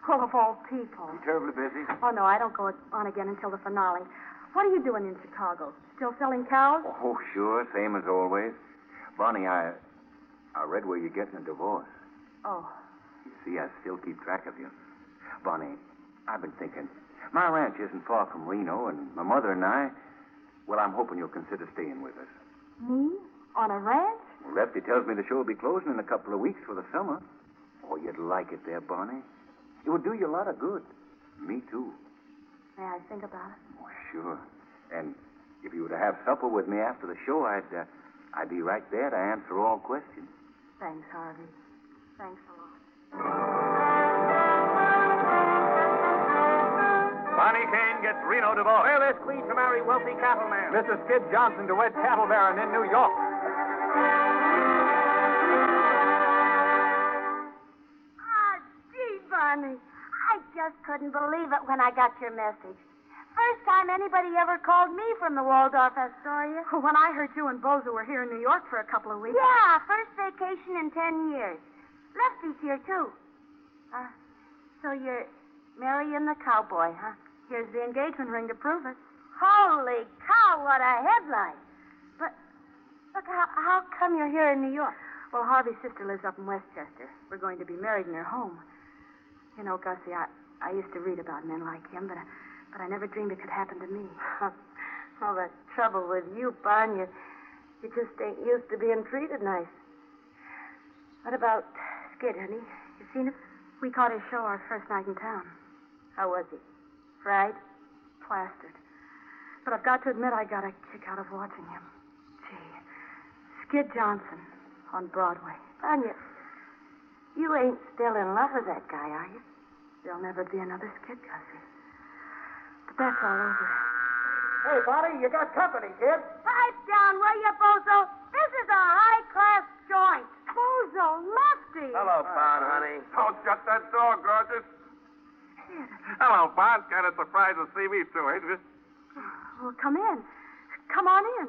[SPEAKER 5] Well, of all people.
[SPEAKER 8] Terribly busy.
[SPEAKER 5] Oh, no, I don't go on again until the finale. What are you doing in Chicago? Still selling cows?
[SPEAKER 8] Oh, sure. Same as always. Bonnie, I. I read where you're getting a divorce.
[SPEAKER 5] Oh,
[SPEAKER 8] You see, I still keep track of you. Bonnie, I've been thinking. My ranch isn't far from Reno, and my mother and I. Well, I'm hoping you'll consider staying with us.
[SPEAKER 5] me? On a ranch?
[SPEAKER 8] Well, Lefty tells me the show will be closing in a couple of weeks for the summer. Oh, you'd like it there, Bonnie. It would do you a lot of good. Me, too.
[SPEAKER 5] May I think about it?
[SPEAKER 8] Oh, sure. And if you were to have supper with me after the show, I'd, uh, I'd be right there to answer all questions.
[SPEAKER 5] Thanks, Harvey. Thanks a lot.
[SPEAKER 3] Bonnie Kane gets Reno divorced.
[SPEAKER 8] Fairless queen to marry wealthy cattleman.
[SPEAKER 2] Mrs. Kid Johnson to wed cattle baron in New York.
[SPEAKER 4] Ah, gee, Bonnie, I just couldn't believe it when I got your message. First time anybody ever called me from the Waldorf Astoria.
[SPEAKER 5] Oh, When I heard you and Bozo were here in New York for a couple of weeks.
[SPEAKER 4] Yeah, first vacation in ten years. Lefty's here, too. Uh, so you're marrying the cowboy, huh?
[SPEAKER 5] Here's the engagement ring to prove it.
[SPEAKER 4] Holy cow, Ah, what a headline. But, look, how, how come you're here in New York?
[SPEAKER 5] Well, Harvey's sister lives up in Westchester. We're going to be married in her home. You know, Gussie, I, I used to read about men like him, but I, but I never dreamed it could happen to me.
[SPEAKER 4] All that trouble with you, Bon, you, you just ain't used to being treated nice. What about Skid, honey? You seen him?
[SPEAKER 5] We caught his show our first night in town,
[SPEAKER 4] How was he? Fried?
[SPEAKER 5] plastered. But I've got to admit I got a kick out of watching him. Gee, Skid Johnson on Broadway.
[SPEAKER 4] Bon, you, you ain't still in love with that guy, are you?
[SPEAKER 5] There'll never be another Skid, Gussie. But that's all over.
[SPEAKER 2] Hey, Bonnie, you got company, kid.
[SPEAKER 4] Pipe down, will you, Bozo? This is a high class joint. Bozo Lefty.
[SPEAKER 3] Hello, Bond, honey. Don't Oh, shut that door, gorgeous. Hello, Bond. Kind of surprised to see me too, ain't it?
[SPEAKER 5] Well, come in. Come on in.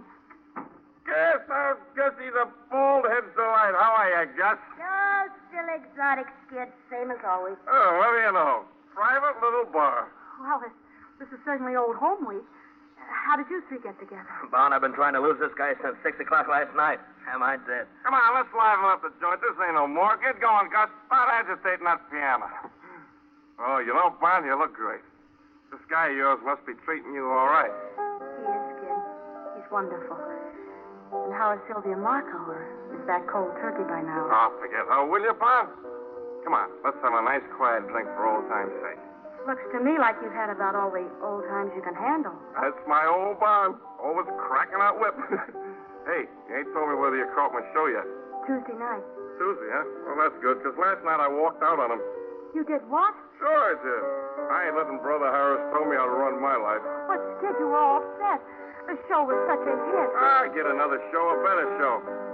[SPEAKER 3] Yes, I'm Gussie the Bald-Head's Delight. How are you, Gus?
[SPEAKER 4] Oh, still exotic skid, same as always.
[SPEAKER 3] Oh, let me in the home. Private
[SPEAKER 7] Oh,
[SPEAKER 3] little bar.
[SPEAKER 5] Well, this, this is certainly old home week. Uh, How did you three get together?
[SPEAKER 10] Bon, I've been trying to lose this guy since 6 o'clock last night. Am I dead?
[SPEAKER 3] Come on, let's liven up the joint. This ain't no more. Get going, Gus. Start agitating that piano. Oh, you know, Bond, you look great. This guy of yours must be treating you all right.
[SPEAKER 5] He is, Kid. He's wonderful. And how is Sylvia Marco, or is that cold turkey by now?
[SPEAKER 3] Oh, forget her, will you, Bond? Come on, let's have a nice quiet drink for old time's sake.
[SPEAKER 5] Looks to me like you've had about all the old times you can handle.
[SPEAKER 3] That's my old Bond, always cracking that whip. hey, you ain't told me whether you caught my show yet.
[SPEAKER 5] Tuesday night.
[SPEAKER 3] Tuesday, huh? Well, that's good, 'cause last night I walked out on him.
[SPEAKER 5] You did what?
[SPEAKER 3] Sure I did. I ain't letting Brother Harris tell me how to run my life.
[SPEAKER 5] What, Kid, you were all upset. The show was such a hit.
[SPEAKER 3] I Ah, get another show, a better show.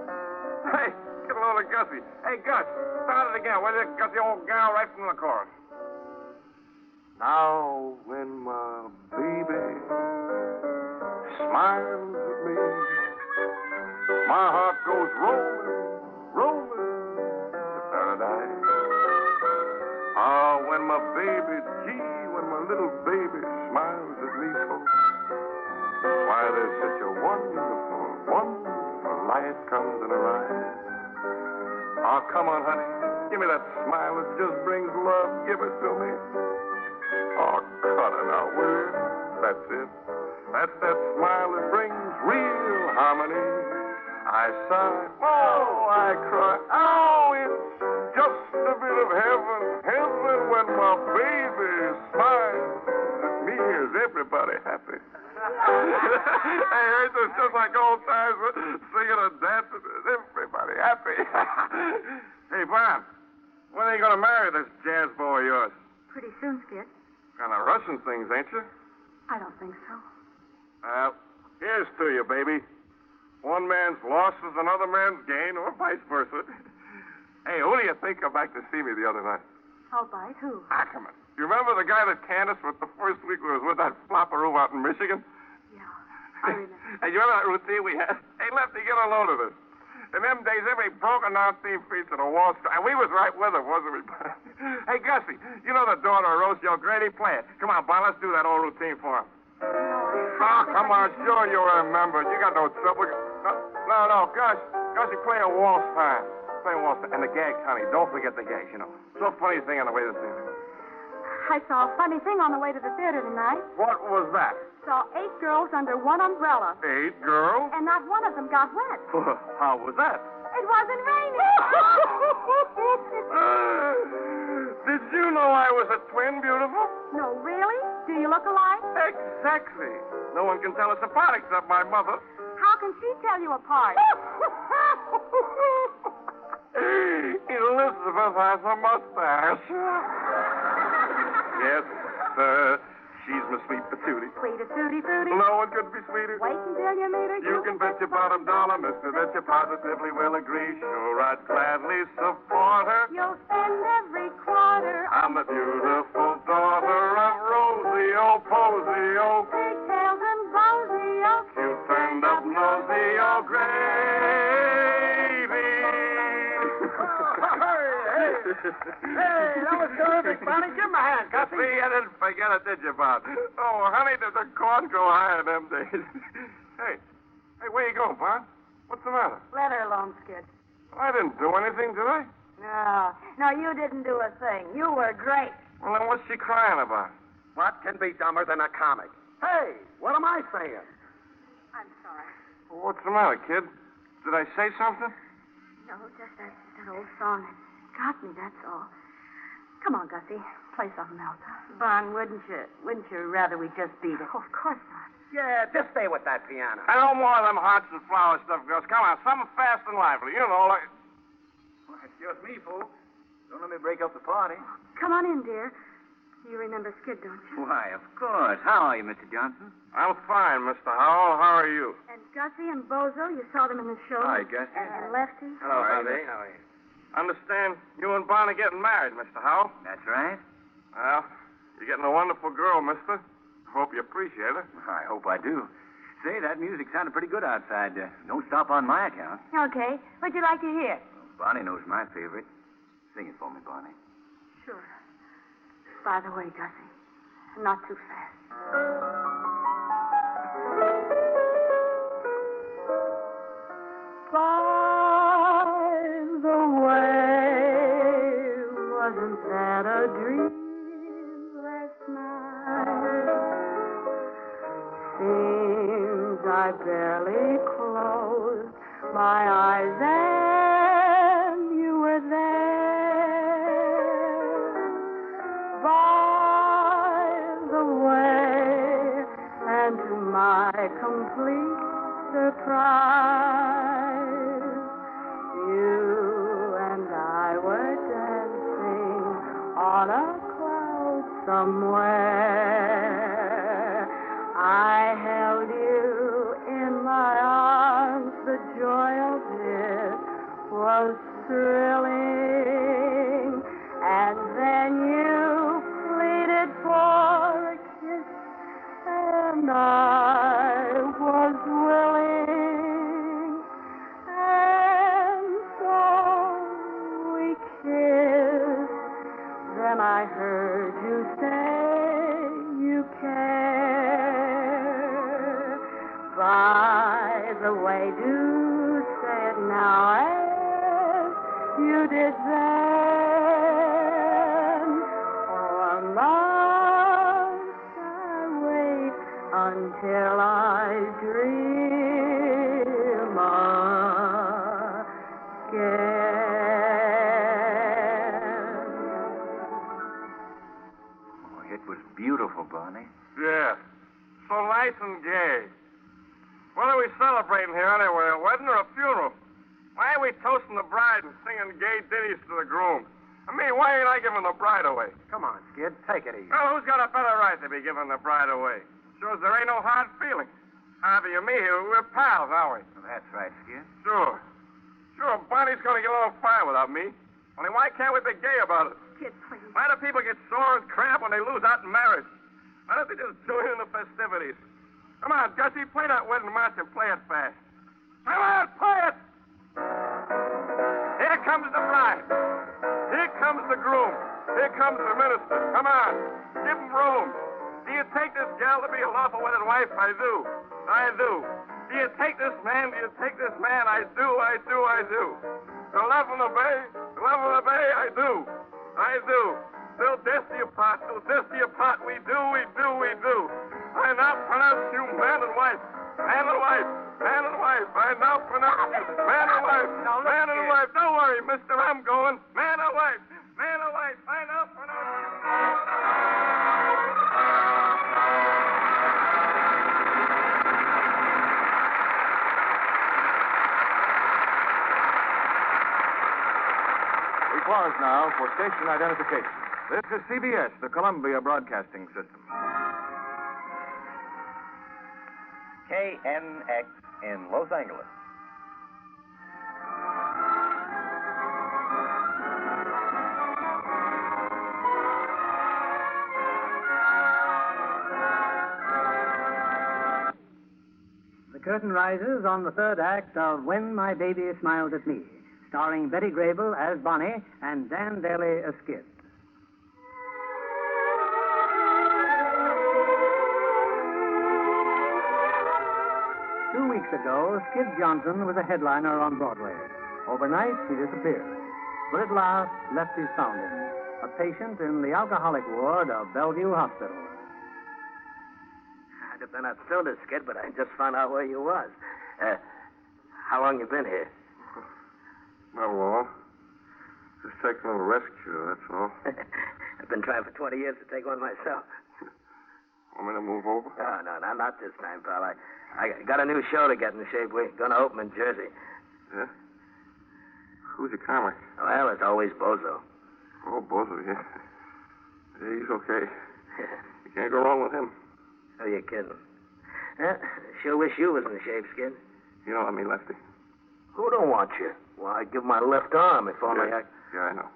[SPEAKER 3] Hey, get a load of Gussie. Hey, Gus, start it again, will you? Gussie, old gal, right from the chorus.
[SPEAKER 11] Now, when my baby smiles at me, my heart goes rolling, rolling to paradise. Ah, when my baby, gee, when my little baby smiles at me, folks, why there's such a wonderful, wonderful light comes in her eyes. Ah, come on, honey, give me that smile that just brings love. Give it to me. Oh, cut it out, will you? That's it. That's that smile that brings real harmony. I sigh. Oh, I cry. Oh, it's just a bit of heaven. Heaven when my baby smiles at me. Is everybody happy?
[SPEAKER 3] hey, ain't this just like old times with singing and dancing? Everybody happy. hey, Bob, when are you going to marry this jazz boy of yours?
[SPEAKER 5] Pretty soon, Skid.
[SPEAKER 3] Kind of rushing things, ain't you?
[SPEAKER 5] I don't think so.
[SPEAKER 3] Well, here's to you, baby. One man's loss is another man's gain, or vice versa. hey, who do you think come back to see me the other night?
[SPEAKER 5] I'll bite who?
[SPEAKER 3] Ackerman. You remember the guy that Candace was the first week we was with that flopperoo out in Michigan?
[SPEAKER 5] I remember.
[SPEAKER 3] And you remember that routine we had? Hey, Lefty, get a load of this. In them days, every broken down thief featured a Wall Street. And we was right with her, wasn't we? hey, Gussie, you know the daughter of Rocio Grady plant. Come on, Bob, let's do that old routine for him. Oh, come on, sure you remember. You got no trouble. No, no, no Gus. Gussie, play a waltz time. Play a waltz time. And the gag, honey. Don't forget the gag, you know. So funny thing on the way to the theater.
[SPEAKER 5] I saw a funny thing on the way to the theater tonight.
[SPEAKER 3] What was that?
[SPEAKER 5] Saw eight girls under one umbrella,
[SPEAKER 3] Eight girls?
[SPEAKER 5] and not one of them got wet.
[SPEAKER 3] How was that?
[SPEAKER 5] It wasn't raining.
[SPEAKER 3] Did you know I was a twin, beautiful?
[SPEAKER 5] no, really? Do you look alike?
[SPEAKER 3] Exactly. No one can tell us apart except my mother.
[SPEAKER 5] How can she tell you apart?
[SPEAKER 3] Elizabeth has a mustache. yes, sir. She's my sweet patootie.
[SPEAKER 5] Sweet as Tootie Fruity.
[SPEAKER 3] No one could be sweeter.
[SPEAKER 5] Wait until you meet her.
[SPEAKER 3] You can bet your bottom dollar, mister, that you positively will agree. Sure, I'd gladly support her.
[SPEAKER 5] You'll spend every quarter
[SPEAKER 3] I'm the beautiful daughter of Rosie Oh, Posey Oh.
[SPEAKER 5] Pigtails and bozy, oh,
[SPEAKER 3] You turned up nosy, oh gravy.
[SPEAKER 2] Hey, that was terrific, Bonnie. Give him a hand,
[SPEAKER 3] Gus,
[SPEAKER 2] Gussie.
[SPEAKER 3] you didn't forget it, did you, Bob? Oh, honey, did the corn go high in them days? hey, hey, where you going, Bob? What's the matter?
[SPEAKER 4] Let her alone, Skid.
[SPEAKER 3] I didn't do anything, did I?
[SPEAKER 4] No, no, you didn't do a thing. You were great.
[SPEAKER 3] Well, then what's she crying about?
[SPEAKER 10] What can be dumber than a comic?
[SPEAKER 2] Hey, what am I saying?
[SPEAKER 5] I'm sorry.
[SPEAKER 3] Well, what's the matter, kid? Did I say something?
[SPEAKER 5] No, just that, that old song. It got me, that's all. Come on, Gussie. Play something else.
[SPEAKER 4] Bon, wouldn't you? Wouldn't you rather we just beat it?
[SPEAKER 5] Oh, of course not.
[SPEAKER 10] Yeah, just stay with that piano.
[SPEAKER 3] I know more of them hearts and flower stuff, girls. Come on, something fast and lively. You know, like.
[SPEAKER 10] It's just me, folks. Don't let me break up the party.
[SPEAKER 5] Come on in, dear. You remember Skid, don't you?
[SPEAKER 8] Why, of course. How are you, Mr. Johnson?
[SPEAKER 3] I'm fine, Mr. Howell. How are you?
[SPEAKER 5] And Gussie and Bozo, you saw them in the show.
[SPEAKER 12] Hi, Gussie.
[SPEAKER 5] And Lefty.
[SPEAKER 12] Hello, Harvey. How are you? Understand you and Bonnie getting married, Mr. Howell.
[SPEAKER 8] That's right.
[SPEAKER 3] Well, you're getting a wonderful girl, mister. Hope you appreciate her.
[SPEAKER 8] I hope I do. Say, that music sounded pretty good outside. Uh, don't stop on my account.
[SPEAKER 5] Okay. What'd you like to hear?
[SPEAKER 8] Bonnie knows my favorite. Sing it for me, Bonnie.
[SPEAKER 5] Sure. By the way, Gussie, not too fast.
[SPEAKER 4] By the way, wasn't that a dream last night? Seems I barely closed my eyes and you were there. By the way, and to my complete surprise, you and I were dancing on a cloud somewhere. I held you in my arms, the joy of it was thrilling. And then you pleaded for a kiss, and I was willing. And so we kissed. Then I heard you say you care. By the way, do say it now eh? as you did then.
[SPEAKER 6] Oh,
[SPEAKER 4] Or must I wait until I dream again?
[SPEAKER 8] Oh, it was beautiful, Bonnie.
[SPEAKER 3] Yeah. So nice and gay. What are we celebrating here anyway? A wedding or a funeral? Why are we toasting the bride and singing gay ditties to the groom? I mean, why ain't I giving the bride away?
[SPEAKER 2] Come on, Skid. Take it easy.
[SPEAKER 3] Well, who's got a better right to be giving the bride away? Sure as there ain't no hard feelings. Harvey and me, we're pals, aren't we?
[SPEAKER 8] That's right, Skid.
[SPEAKER 3] Sure. Sure, Bonnie's gonna get along fine without me. Only why can't we be gay about it?
[SPEAKER 5] Kid, please.
[SPEAKER 3] Why do people get sore and cramp when they lose out in marriage? Why don't they just join in the festivities? Come on, Gussie, play that wedding march and play it fast. Come on, play it! Here comes the bride. Here comes the groom. Here comes the minister. Come on, give 'em room. Do you take this gal to be a lawful wedded wife? I do. I do. Do you take this man? Do you take this man? I do. I do. I do. To love and obey. To love and obey. I do. I do. Till death do you part. Till death do you part. We do. We do. We do. I now pronounce you man and wife. Man and wife. Man and wife. I now pronounce you man and wife. man and wife. Don't worry, mister. I'm going. Man and wife. Man
[SPEAKER 2] oh,
[SPEAKER 3] and wife. I now pronounce you.
[SPEAKER 1] We pause now for station identification. This is CBS, the Columbia Broadcasting System.
[SPEAKER 13] KNX in Los Angeles.
[SPEAKER 2] The curtain rises on the third act of When My Baby Smiled at Me, starring Betty Grable as Bonnie and Dan Daly as Skid. Two weeks ago, Skid Johnson was a headliner on Broadway. Overnight, he disappeared. But at last, Lefty found him, a patient in the alcoholic ward of Bellevue Hospital.
[SPEAKER 7] I'd have been up sooner, Skid, but I just found out where you was. Uh, how long you been here?
[SPEAKER 3] Not long. Just taking a little rest cure, that's all.
[SPEAKER 7] I've been trying for 20 years to take one myself.
[SPEAKER 3] Want me to move over?
[SPEAKER 7] No, no, no, not this time, pal. I, I got a new show to get in shape. We're going to open in Jersey.
[SPEAKER 3] Yeah? Who's your comic?
[SPEAKER 7] Well, it's always Bozo.
[SPEAKER 3] Oh, both of you. Yeah, he's okay. You can't go wrong with him.
[SPEAKER 7] Who you kidding? Uh, sure wish you was in shape, Skid.
[SPEAKER 10] You don't want me, Lefty.
[SPEAKER 7] Who don't want you? Why, I'd give my left arm if only I.
[SPEAKER 10] Yeah, I know.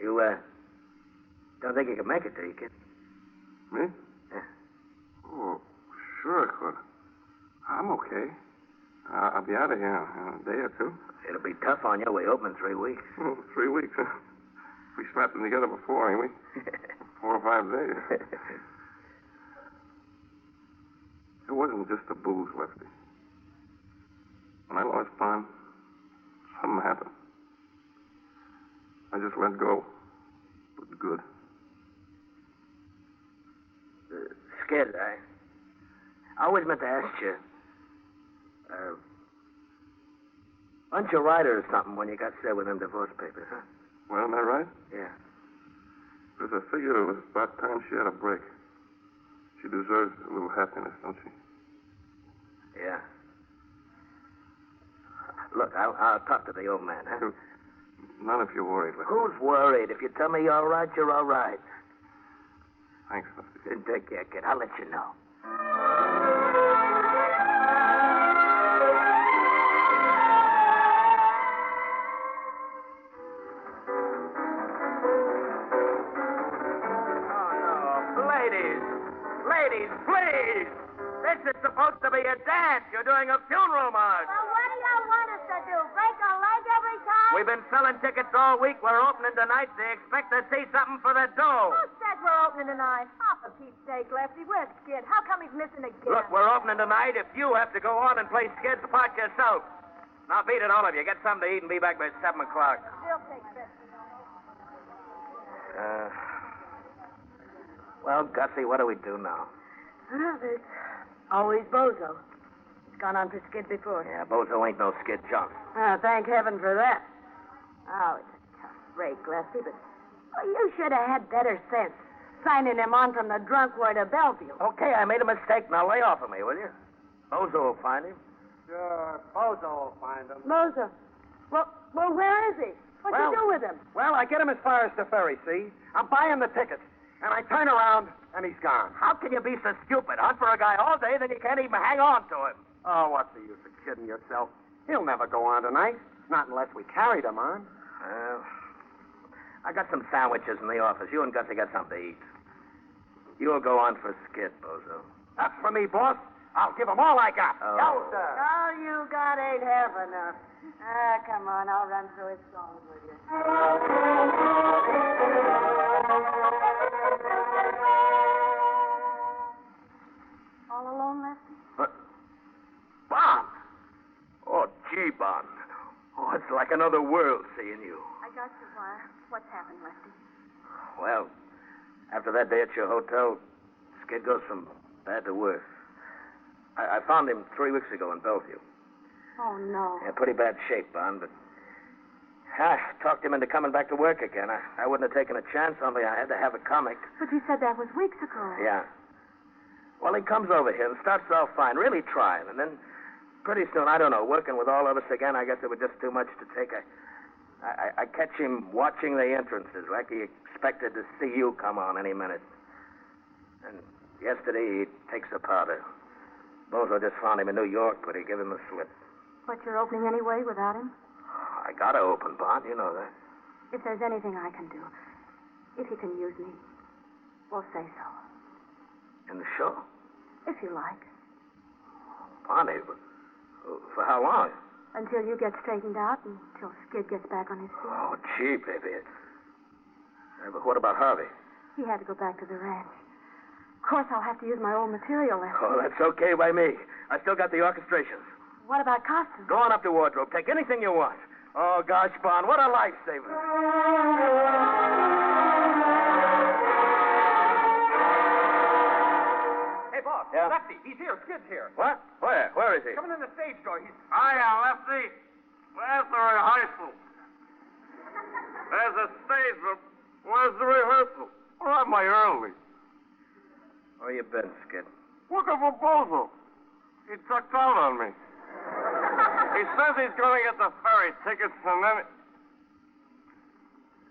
[SPEAKER 7] You, uh, don't think you can make it, do you, kid?
[SPEAKER 10] Me?
[SPEAKER 7] Yeah.
[SPEAKER 10] Oh, sure I could. I'm okay. I- I'll be out of here in a day or two.
[SPEAKER 7] It'll be tough on you. We open in three weeks.
[SPEAKER 10] Oh, three weeks, huh? We slapped them together before, ain't we? Four or five days. it wasn't just the booze, Lefty. When I lost Bon, something happened. I just let go. But good.
[SPEAKER 7] Uh, Skid, I. I always meant to ask you. Uh, aren't you a writer or something when you got set with them divorce papers, huh?
[SPEAKER 10] Well, am I right?
[SPEAKER 7] Yeah.
[SPEAKER 10] Because I figured it was about time she had a break. She deserves a little happiness, don't she?
[SPEAKER 7] Yeah. Look, I'll, I'll talk to the old man, huh?
[SPEAKER 10] Not if you're worried, Lefty.
[SPEAKER 7] Who's worried? If you tell me you're all right, you're all right.
[SPEAKER 10] Thanks, Lefty.
[SPEAKER 7] Take care, kid. I'll let you know.
[SPEAKER 3] Oh, Ladies, ladies, please. This is supposed to be a dance. You're doing a funeral march.
[SPEAKER 14] Well, what do you want us to do? Break a leg every time?
[SPEAKER 3] We've been selling tickets all week. We're opening tonight. They expect to see something for the
[SPEAKER 7] Oh.
[SPEAKER 3] dough.
[SPEAKER 14] Who said we're opening tonight? Oh, for Pete's sake, Lefty, where's Skid? How come he's missing again?
[SPEAKER 3] Look, we're opening tonight. If you have to go on and play Skid's part yourself. Now, beat it, all of you. Get something to eat and be back by 7 o'clock.
[SPEAKER 14] They'll take this.
[SPEAKER 7] Uh, well, Gussie, what do we do now?
[SPEAKER 6] Well, there's always Bozo. It's gone on for Skid before.
[SPEAKER 7] Yeah, Bozo ain't no skid junk.
[SPEAKER 6] Ah, thank heaven for that. Oh, it's a tough break, Lefty, but well, you should have had better sense signing him on from the drunk ward to Bellevue.
[SPEAKER 7] Okay, I made a mistake. Now lay off of me, will you? Bozo will find him.
[SPEAKER 2] Sure, Bozo Uh, will find him.
[SPEAKER 6] Bozo. Well, well, where is he? What'd
[SPEAKER 2] Well-
[SPEAKER 6] you do with him?
[SPEAKER 2] Well, I get him as far as the ferry, see? I buy him the tickets, and I turn around, and he's gone.
[SPEAKER 3] How can you be so stupid? Hunt for a guy all day, then you can't even hang on to him.
[SPEAKER 2] Oh, what's the use of kidding yourself? He'll never go on tonight. Not unless we carried him on.
[SPEAKER 7] Well, I got some sandwiches in the office. You and Gussie got something to eat. You'll go on for skid, Bozo.
[SPEAKER 2] That's for me, boss. I'll give him all I got.
[SPEAKER 7] Oh.
[SPEAKER 2] Yo, sir.
[SPEAKER 14] All you got ain't half enough. Ah, come on, I'll run through his songs with you.
[SPEAKER 5] All alone, Lefty?
[SPEAKER 7] Bon! Oh, gee, Bon. Oh, it's like another world seeing you.
[SPEAKER 5] I got your wire. What's happened, Lefty?
[SPEAKER 7] Well, after that day at your hotel, Skid goes from bad to worse. I, I found him three weeks ago in Bellevue.
[SPEAKER 5] Oh, no.
[SPEAKER 7] In pretty bad shape, Bon, but I talked him into coming back to work again. I, I wouldn't have taken a chance on me. I had to have a comic.
[SPEAKER 5] But you said that was weeks ago.
[SPEAKER 7] Yeah. Well, he comes over here and starts off fine, really trying, and then pretty soon, I don't know, working with all of us again, I guess it was just too much to take. I, I, I catch him watching the entrances like he expected to see you come on any minute. And yesterday, he takes a powder. Bozo just found him in New York, but he gave him a slip.
[SPEAKER 5] But you're opening anyway without him?
[SPEAKER 7] I gotta open, Bond, you know that.
[SPEAKER 5] If there's anything I can do, if you can use me, well, say so.
[SPEAKER 7] In the show.
[SPEAKER 5] If you like.
[SPEAKER 7] Bonnie, eh, but for how long?
[SPEAKER 5] Until you get straightened out, until Skid gets back on his feet.
[SPEAKER 7] Oh, gee, baby. Uh, but what about Harvey?
[SPEAKER 5] He had to go back to the ranch. Of course, I'll have to use my old material, Lefty.
[SPEAKER 7] Oh, that's okay by me. I still got the orchestrations.
[SPEAKER 5] What about costumes?
[SPEAKER 7] Go on up to wardrobe. Take anything you want. Oh, gosh, Bon, what a lifesaver.
[SPEAKER 15] Hey, boss.
[SPEAKER 7] Yeah?
[SPEAKER 15] Lefty, he's here. Skid's here.
[SPEAKER 7] What? Where? Where is he?
[SPEAKER 15] Coming in the stage door. He's.
[SPEAKER 3] Hiya, Lefty. Where's the rehearsal? There's a stage, but where's the rehearsal? Where am I early?
[SPEAKER 7] Where you been, Skid?
[SPEAKER 3] Looking for Bozo. He tucked out on me. he says he's going to get the ferry tickets and then.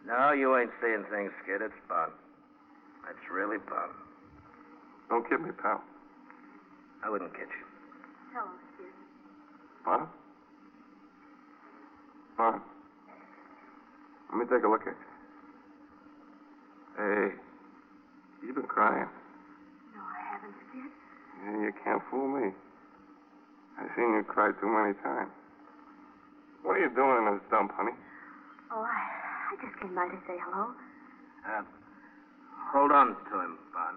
[SPEAKER 7] No, you ain't seeing things, Skid. It's Bon. That's really Bon.
[SPEAKER 3] Don't kid me, pal.
[SPEAKER 7] I wouldn't kid you.
[SPEAKER 5] Tell him, Skid.
[SPEAKER 3] Huh? All right. Let me take a look at you. Hey, you've been crying.
[SPEAKER 5] No, I haven't, Skid.
[SPEAKER 3] Yeah, you can't fool me. I've seen you cry too many times. What are you doing in this dump, honey?
[SPEAKER 5] Oh, I, I just came by to say hello.
[SPEAKER 7] Uh, hold on to him, Bud.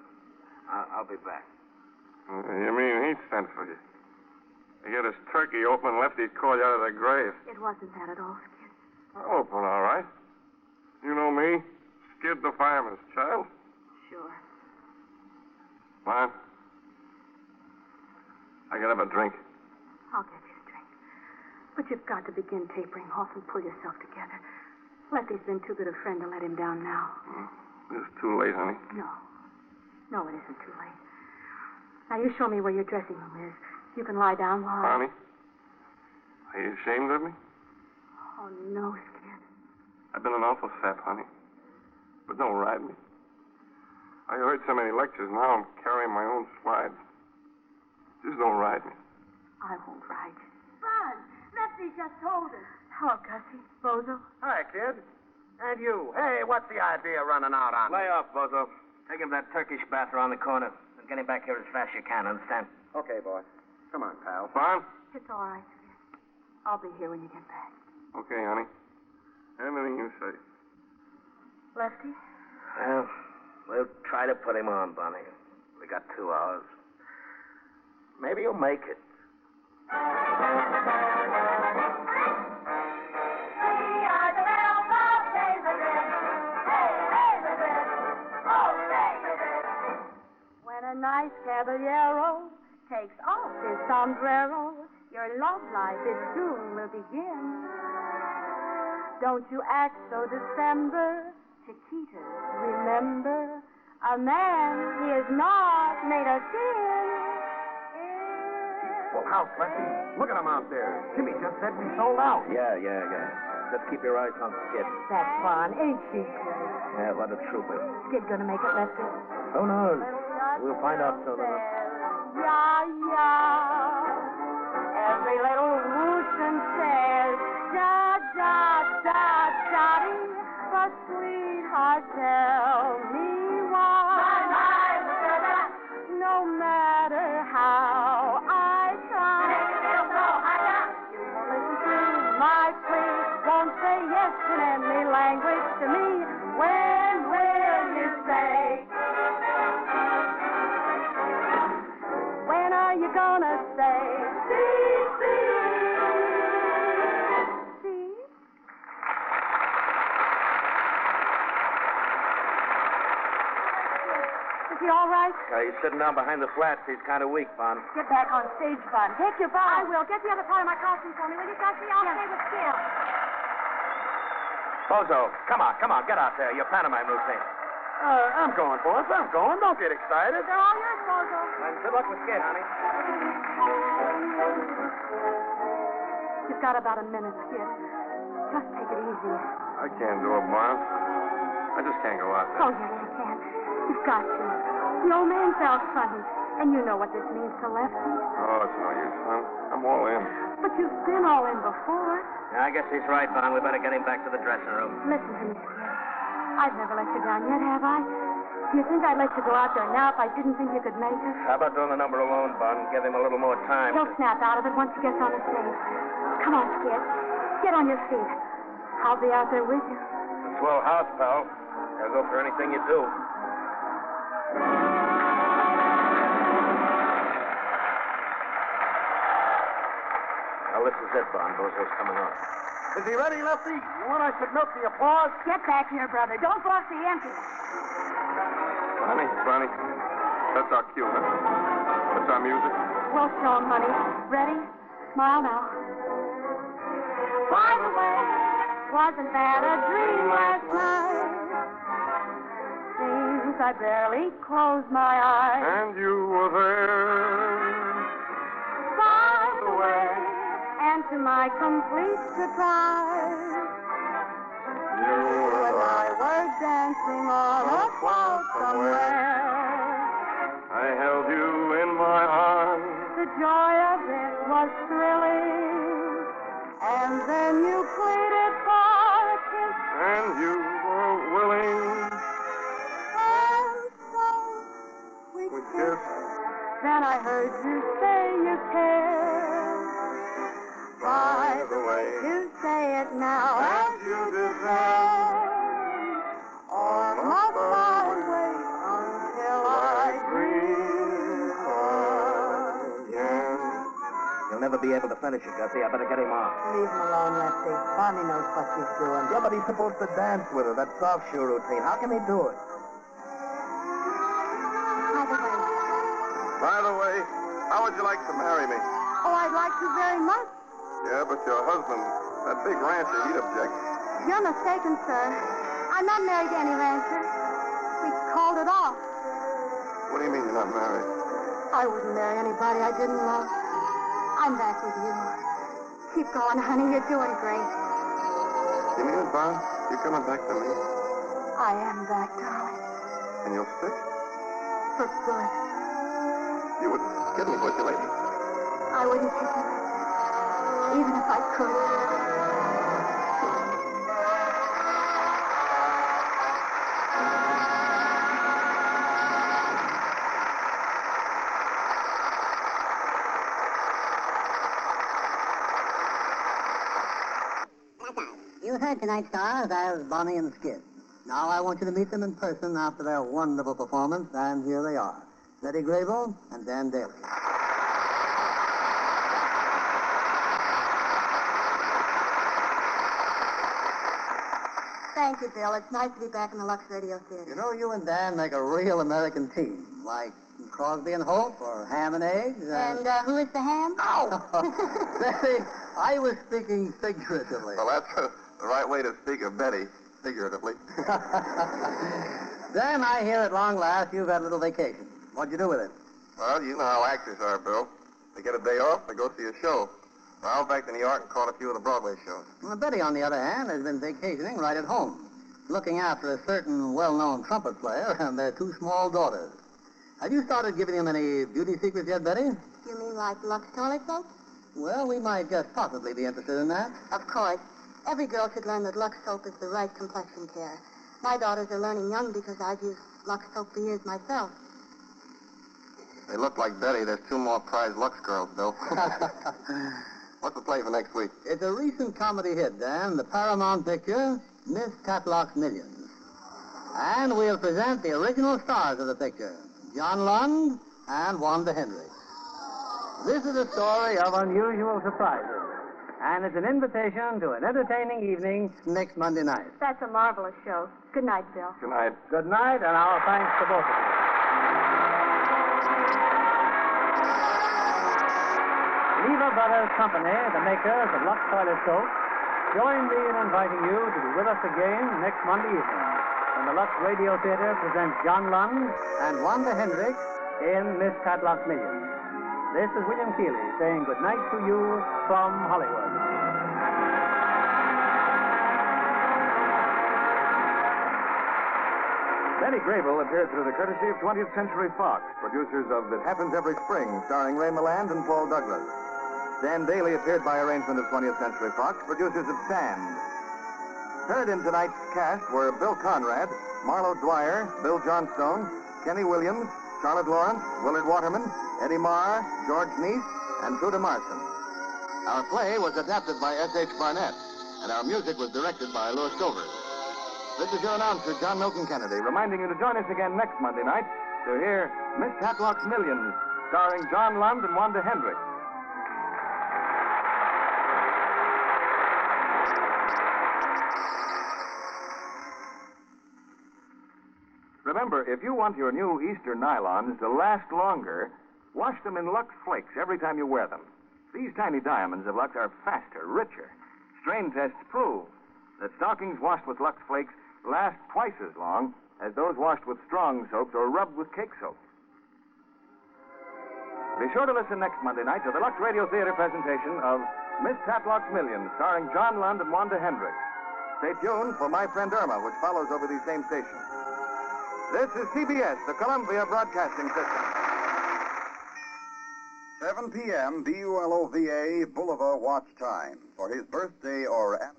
[SPEAKER 7] I'll, I'll be back.
[SPEAKER 3] Uh, You mean he sent for you? You get his turkey open, Lefty called you out of the grave.
[SPEAKER 5] It wasn't that at all, Skid.
[SPEAKER 3] Open, all right. You know me, Skid the fireman's child.
[SPEAKER 5] Sure.
[SPEAKER 3] Fine. I can have a drink.
[SPEAKER 5] I'll get you a drink. But you've got to begin tapering off and pull yourself together. Lefty's been too good a friend to let him down now.
[SPEAKER 7] Hmm.
[SPEAKER 3] It's too late, honey.
[SPEAKER 5] No. No, it isn't too late. Now, you show me where your dressing room is. You can lie down while I...
[SPEAKER 3] Honey, are you ashamed of me?
[SPEAKER 5] Oh, no, Skid.
[SPEAKER 3] I've been an awful sap, honey. But don't ride me. I heard so many lectures, now I'm carrying my own slides. Just don't ride me.
[SPEAKER 5] I won't ride you.
[SPEAKER 4] Bud, Lefty just told us.
[SPEAKER 5] Hello, Gussie. Bozo.
[SPEAKER 7] Hi, kid. And you. Hey, what's the idea of running out on
[SPEAKER 16] Lay off, Bozo.
[SPEAKER 7] Take him to that Turkish bath around the corner and get him back here as fast as you can, understand?
[SPEAKER 16] Okay, boy. Come on, pal.
[SPEAKER 3] Fine?
[SPEAKER 5] It's all right, Skid. I'll be here when you get back.
[SPEAKER 3] Okay, honey. Anything you say.
[SPEAKER 5] Lefty?
[SPEAKER 7] Well, we'll try to put him on, Bonnie. We got two hours. Maybe he'll make it.
[SPEAKER 4] When a nice caballero takes off his sombrero, your love life it soon will begin. Don't you act so December, Chiquita. Remember, a man he is not made of tin.
[SPEAKER 16] Full house, Lefty. Look at him out there. Jimmy just said we sold out. Yeah, yeah, yeah. Just keep your eyes on Skid.
[SPEAKER 17] That fun, ain't she?
[SPEAKER 16] Yeah, what a trooper.
[SPEAKER 17] Skid gonna make it, Lefty?
[SPEAKER 16] Who knows? We'll find out soon enough.
[SPEAKER 4] Yeah, yeah. Every little Lucian says, da, da, da, da, but sweetheart, tell me why. No matter how I try, you won't listen to my plea, won't say yes in any language to me. When will you say? When are you gonna say? See, see.
[SPEAKER 5] Is he all right?
[SPEAKER 7] Uh, he's sitting down behind the flats. He's kind of weak, Bon.
[SPEAKER 5] Get back on stage, Bud. Take your bow.
[SPEAKER 4] I will. Get the other part of my costume for me, will you, Gussie? I'll stay with Skid.
[SPEAKER 7] Bozo, come on, come on, get out there. Your pantomime routine.
[SPEAKER 16] Uh, I'm going, boys. I'm going. Don't get excited.
[SPEAKER 4] uh, They're all yours, Bozo.
[SPEAKER 7] And good luck with Skid, honey.
[SPEAKER 5] You've got about a minute, Skid. Just take it easy.
[SPEAKER 3] I can't do it, Barnes. I just can't go out there.
[SPEAKER 5] Oh, yes, you can. You've got to. The old man sounds funny, and you know what this means to Lefty.
[SPEAKER 3] Oh, it's no use, son. I'm all in.
[SPEAKER 5] But you've been all in before.
[SPEAKER 7] Yeah, I guess he's right, Bon. We better get him back to the dressing room.
[SPEAKER 5] Listen to me, Skid. I've never let you down yet, have I? Do you think I'd let you go out there now if I didn't think you could make it?
[SPEAKER 7] How about doing the number alone, Bon? Give him a little more time.
[SPEAKER 5] He'll snap out of it once he gets on the stage. Come on, Skid. Get on your feet. I'll be out there with you.
[SPEAKER 7] It's a swell house, pal. They'll go for anything you do. Now, this is it, Bon. Bozo's coming on.
[SPEAKER 16] Is he ready, Lefty? You want I should milk the applause?
[SPEAKER 4] Get back here, brother. Don't block the entrance.
[SPEAKER 3] Honey, Bonnie, that's our cue, huh? That's our music.
[SPEAKER 5] Well shown, honey. Ready? Smile now.
[SPEAKER 4] By the way, wasn't that a dream last night? Seems I barely closed my eyes.
[SPEAKER 3] And you were there.
[SPEAKER 4] By the way, and to my complete surprise, you and I were dancing on a float somewhere.
[SPEAKER 3] I have
[SPEAKER 5] the joy of it was thrilling. And then you pleaded for a kiss.
[SPEAKER 18] And you were willing.
[SPEAKER 5] Oh, We kissed. Then I heard you say you cared. By the way, you say it now as you deserve. Or must I wait until I dream again?
[SPEAKER 7] He'll never be able to finish it, Gussy. I better get him off.
[SPEAKER 19] Leave him alone, Lefty. Bonnie knows what she's doing.
[SPEAKER 20] Yeah, but he's supposed to dance with her, that soft shoe routine. How can he do it?
[SPEAKER 5] Oh,
[SPEAKER 3] By the way, how would you like to marry me?
[SPEAKER 5] Oh, I'd like to very much.
[SPEAKER 3] Yeah, but your husband, that big rancher, he'd object.
[SPEAKER 5] You're mistaken, sir. I'm not married to any rancher. We called it off.
[SPEAKER 3] What do you mean you're not married?
[SPEAKER 5] I wouldn't marry anybody I didn't love. I'm back with you. Keep going, honey. You're doing great.
[SPEAKER 3] You mean it, Bob? You're coming back to me,
[SPEAKER 5] I am back, darling.
[SPEAKER 3] and you'll stick?
[SPEAKER 5] For good.
[SPEAKER 3] You would kid me, would you, lady?
[SPEAKER 5] I wouldn't kill him. Even if I could.
[SPEAKER 19] You heard tonight's stars as Bonnie and Skid. Now I want you to meet them in person after their wonderful performance, and here they are. Betty Grable and Dan Daly.
[SPEAKER 5] Thank you, Bill. It's nice to be back in the Lux Radio Theater.
[SPEAKER 19] You know, you and Dan make a real American team, like Crosby and Hope, or Ham and Eggs.
[SPEAKER 5] And uh, who is the ham?
[SPEAKER 19] Oh! Betty, I was speaking figuratively.
[SPEAKER 3] Well, that's uh, the right way to speak of Betty, figuratively.
[SPEAKER 19] Dan, I hear at long last you've had a little vacation. What'd you do with it?
[SPEAKER 3] well, you know how actors are, Bill. They get a day off, they go see a show. Well, I went back to New York and caught a few of the Broadway shows.
[SPEAKER 19] Well, Betty, on the other hand, has been vacationing right at home, looking after a certain well-known trumpet player and their two small daughters. Have you started giving them any beauty secrets yet, Betty?
[SPEAKER 5] You mean like Lux toilet soap?
[SPEAKER 19] Well, we might just possibly be interested in that.
[SPEAKER 5] Of course. Every girl should learn that Lux soap is the right complexion care. My daughters are learning young because I've used Lux soap for years myself.
[SPEAKER 3] They look like Betty. There's two more prize Lux girls, Bill. What's the play for next week?
[SPEAKER 19] It's a recent comedy hit, Dan, the Paramount picture, Miss Catlock's Millions. And we'll present the original stars of the picture, John Lund and Wanda Henry.
[SPEAKER 2] This is a story of unusual surprises, and it's an invitation to an entertaining evening next Monday night.
[SPEAKER 21] That's a marvelous show. Good night, Bill.
[SPEAKER 2] Good night. Good night, and our thanks to both of you. Lever Brothers Company, the makers of Lux Toilet Soap, join me in inviting you to be with us again next Monday evening when the Lux Radio Theater presents John Lund and Wanda Hendricks in Miss Padlock Millions. This is William Keeley saying good night to you from Hollywood.
[SPEAKER 1] Betty Grable appeared through the courtesy of 20th Century Fox, producers of That Happens Every Spring, starring Ray Milland and Paul Douglas. Dan Daly appeared by arrangement of 20th Century Fox, producers of Sand. Heard in tonight's cast were Bill Conrad, Marlo Dwyer, Bill Johnstone, Kenny Williams, Charlotte Lawrence, Willard Waterman, Eddie Marr, George Neese, and Truda Marston. Our play was adapted by S.H. Barnett, and our music was directed by Louis Silvers. This is your announcer, John Milton Kennedy, reminding you to join us again next Monday night to hear Miss Tatlock's Millions, starring John Lund and Wanda Hendricks. Remember, if you want your new Easter nylons to last longer, wash them in Lux Flakes every time you wear them. These tiny diamonds of Lux are faster, richer. Strain tests prove that stockings washed with Lux Flakes last twice as long as those washed with strong soaps or rubbed with cake soap. Be sure to listen next Monday night to the Lux Radio Theater presentation of Miss Tatlock's Million, starring John Lund and Wanda Hendricks. Stay tuned for My Friend Irma, which follows over these same stations. This is CBS, the Columbia Broadcasting System.
[SPEAKER 22] 7 p.m. BULOVA Boulevard watch time for his birthday or anniversary.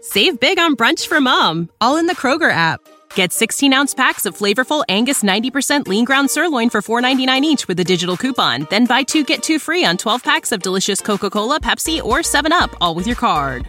[SPEAKER 23] Save big on brunch for mom, all in the Kroger app. Get 16 ounce packs of flavorful Angus 90% lean ground sirloin for $4.99 each with a digital coupon. Then buy two get two free on 12 packs of delicious Coca Cola, Pepsi, or 7UP, all with your card.